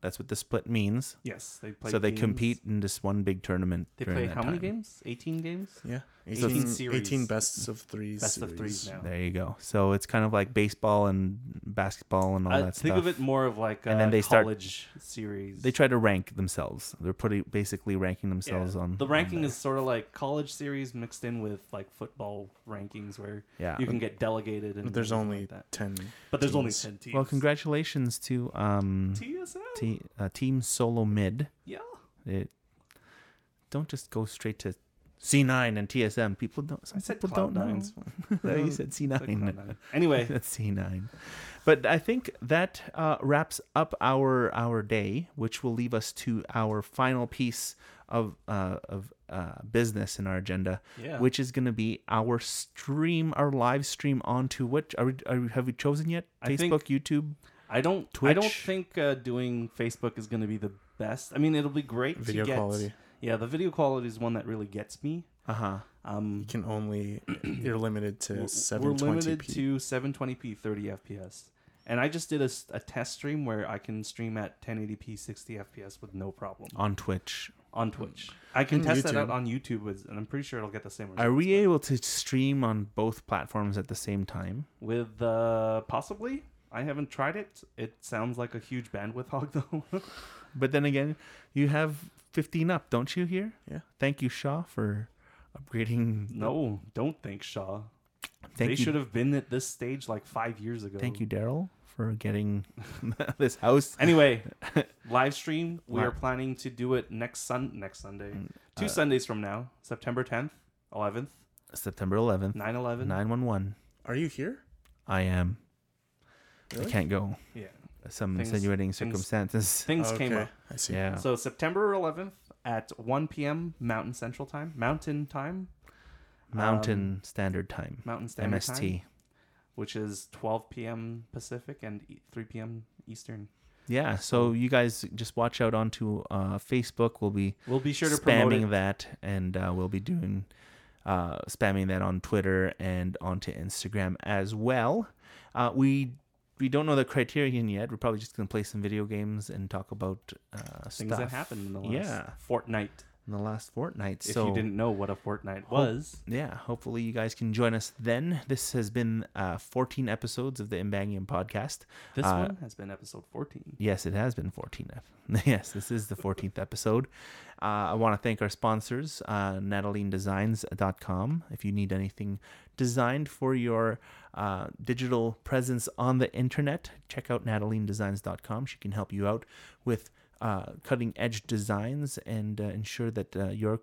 Speaker 1: That's what the split means.
Speaker 3: Yes, they play.
Speaker 1: so they
Speaker 3: games.
Speaker 1: compete in this one big tournament.
Speaker 3: They
Speaker 1: during
Speaker 3: play
Speaker 1: that
Speaker 3: how many
Speaker 1: time.
Speaker 3: games? Eighteen games.
Speaker 2: Yeah,
Speaker 3: 18
Speaker 2: 18, 18
Speaker 3: series.
Speaker 2: bests of threes.
Speaker 3: Best of threes
Speaker 2: series.
Speaker 3: now.
Speaker 1: There you go. So it's kind of like baseball and basketball and all
Speaker 3: I
Speaker 1: that
Speaker 3: Uh, think
Speaker 1: stuff.
Speaker 3: of it more of like a
Speaker 1: And then they start-
Speaker 3: college series.
Speaker 1: they try to rank themselves. They're pretty basically ranking
Speaker 3: Yeah.
Speaker 1: themselves on
Speaker 3: the
Speaker 1: on
Speaker 3: ranking
Speaker 1: there.
Speaker 3: is sort of like college series mixed in with like football rankings where
Speaker 1: yeah.
Speaker 3: you can get delegated and
Speaker 2: But there's
Speaker 3: everything
Speaker 2: only
Speaker 3: like that.
Speaker 2: ten.
Speaker 3: but there's only
Speaker 2: teams.
Speaker 3: 10 teams
Speaker 1: Well, congratulations to um
Speaker 3: TSM
Speaker 1: te- uh, team Solo Mid.
Speaker 3: yeah
Speaker 1: It, don't just go straight to C9 and TSM. People don't. Some
Speaker 3: I said
Speaker 1: people
Speaker 3: Cloud
Speaker 1: don't
Speaker 3: Nine.
Speaker 1: know.
Speaker 3: It's
Speaker 1: No, you said C9.
Speaker 3: like Cloud Nine. anyway
Speaker 1: That's C9. But I think that uh, wraps up our our day, which will leave us to our final piece of uh, of uh, business in our agenda,
Speaker 3: yeah
Speaker 1: which is going to be our stream, our live stream onto which are we, are we, have we chosen yet?
Speaker 3: I think-
Speaker 1: Facebook, YouTube.
Speaker 3: i don't i don't
Speaker 1: Twitch.
Speaker 3: think uh, doing facebook is going to be the best i mean it'll be great
Speaker 2: Video
Speaker 3: to get,
Speaker 2: quality.
Speaker 3: yeah the video quality is one that really gets me
Speaker 1: Uh huh.
Speaker 3: um
Speaker 2: You can only. You're limited
Speaker 3: we're-
Speaker 2: to
Speaker 3: we're
Speaker 2: seven twenty
Speaker 3: limited
Speaker 2: p.
Speaker 3: to 720p 30 fps and i just did a, s- a test stream where i can stream at 1080p 60 fps with no problem
Speaker 1: On Twitch.
Speaker 3: on twitch i can
Speaker 2: And
Speaker 3: test that out
Speaker 2: YouTube.
Speaker 3: on youtube with, and i'm pretty sure it'll get the same result
Speaker 1: Are we able to stream on both platforms at the same time?
Speaker 3: with uh possibly i haven't tried it it sounds like a huge bandwidth hog though
Speaker 1: But then again, you have 15 up, don't you? Here.
Speaker 2: Yeah.
Speaker 1: Thank you, Shaw, for upgrading. the
Speaker 3: no don't think shaw
Speaker 1: Thank
Speaker 3: they
Speaker 1: you.
Speaker 3: should have been at this stage like five years ago
Speaker 1: Thank you, Daryl, for getting this house.
Speaker 3: anyway live stream we
Speaker 1: Wow.
Speaker 3: are planning to do it next sun next sunday two
Speaker 1: uh,
Speaker 3: sundays from now september 10th 11th
Speaker 1: September 11th,
Speaker 3: 9-11
Speaker 1: 911.
Speaker 2: Are you here?
Speaker 1: I am. I
Speaker 2: Really?
Speaker 1: can't go.
Speaker 3: yeah
Speaker 1: Some
Speaker 3: Things-
Speaker 1: insinuating
Speaker 3: things-
Speaker 1: circumstances.
Speaker 3: things
Speaker 2: Oh,
Speaker 3: came
Speaker 2: okay,
Speaker 3: up
Speaker 2: I see.
Speaker 1: Yeah.
Speaker 3: so september 11th at 1 p.m mountain central time mountain time
Speaker 1: Mountain Standard Time.
Speaker 3: mountain um, standard
Speaker 1: MST.
Speaker 3: time which is 12 p.m. Pacific and e- 3 p.m. Eastern.
Speaker 1: Yeah,
Speaker 3: Oh.
Speaker 1: so you guys just watch out onto uh, Facebook. We'll be
Speaker 3: We'll be sure to promote
Speaker 1: spamming
Speaker 3: it.
Speaker 1: that, and uh, we'll be doing uh, spamming that on Twitter and onto Instagram as well. Uh, we we don't know the criterion yet. We're probably just gonna play some video games and talk about uh,
Speaker 3: things
Speaker 1: stuff
Speaker 3: that happened in the last
Speaker 1: Yeah.
Speaker 3: fortnight.
Speaker 1: in the last fortnight.
Speaker 3: If
Speaker 1: so
Speaker 3: you didn't know what a fortnight was,
Speaker 1: yeah, hopefully you guys can join us then. This has been uh, 14 episodes of the Imbangium podcast.
Speaker 3: this
Speaker 1: uh,
Speaker 3: one has been episode 14.
Speaker 1: Yes, it has been 14. ep- Yes, this is the 14th episode. Uh, I want to thank our sponsors, uh, NatalineDesigns.com. If you need anything designed for your uh, digital presence on the internet, check out NatalineDesigns.com. She can help you out with uh, cutting edge designs and uh, ensure that uh, your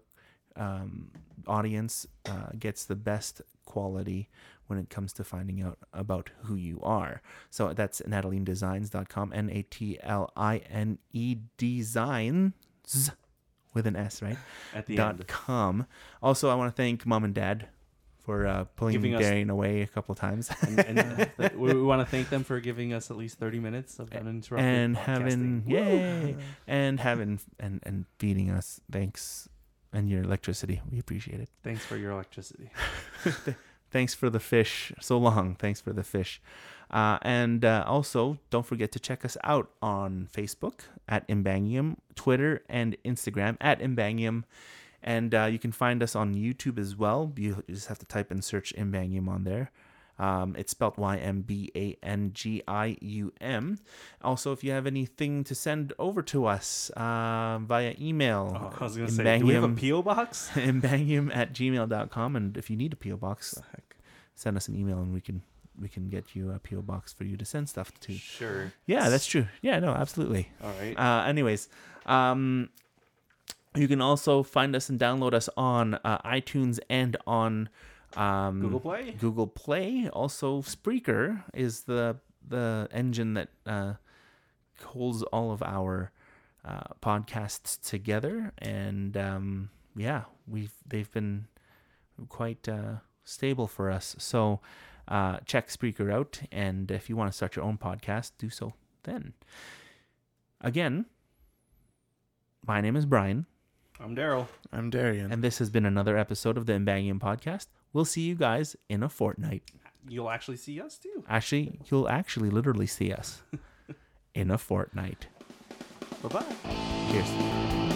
Speaker 1: um, audience uh, gets the best quality when it comes to finding out about who you are. So that's natalinedesigns.com, N A T L I N E designs with an S, right?
Speaker 3: At the
Speaker 1: dot
Speaker 3: end.
Speaker 1: com. Also, I want to thank mom and dad for uh, pulling
Speaker 3: Giving us-
Speaker 1: Darian away a couple times
Speaker 3: and, and uh, th- we, want to thank them for giving us at least 30 minutes of uninterrupted
Speaker 1: and
Speaker 3: podcasting.
Speaker 1: having yay and having and and feeding us. Thanks. And your electricity. We appreciate it.
Speaker 3: Thanks for your electricity.
Speaker 1: Thanks for the fish. So long. Thanks for the fish. Uh, and uh, also, don't forget to check us out on Facebook at Imbangium, Twitter, and Instagram at Imbangium. And uh, you can find us on YouTube as well. You just have to type and search Imbangium on there. Um, it's spelled Y M B A N G I U M. Also, if you have anything to send over to us uh, via email,
Speaker 3: Oh, I was going to say, do we have a
Speaker 1: Imbangium-
Speaker 3: P.O. box?
Speaker 1: imbangium at gmail.com and if you need a po box
Speaker 2: The heck?
Speaker 1: send us an email and we can we can get you a po box for you to send stuff to
Speaker 3: Sure.
Speaker 1: yeah that's true yeah no absolutely
Speaker 3: All right.
Speaker 1: uh anyways um you can also find us and download us on uh, itunes and on um
Speaker 3: Google Play?
Speaker 1: Google Play. Also, Spreaker is the the engine that uh, holds all of our uh, podcasts together, and um, yeah, we've they've been quite uh, stable for us. So uh, check Spreaker out, and if you want to start your own podcast, do so then. Again, my name is Brian,
Speaker 3: I'm Daryl.
Speaker 2: I'm Darian.
Speaker 1: and this has been another episode of the Embangium Podcast. We'll see you guys in a fortnight.
Speaker 3: You'll actually see us too.
Speaker 1: Actually, you'll actually literally see us in a fortnight.
Speaker 3: Bye bye.
Speaker 1: Cheers.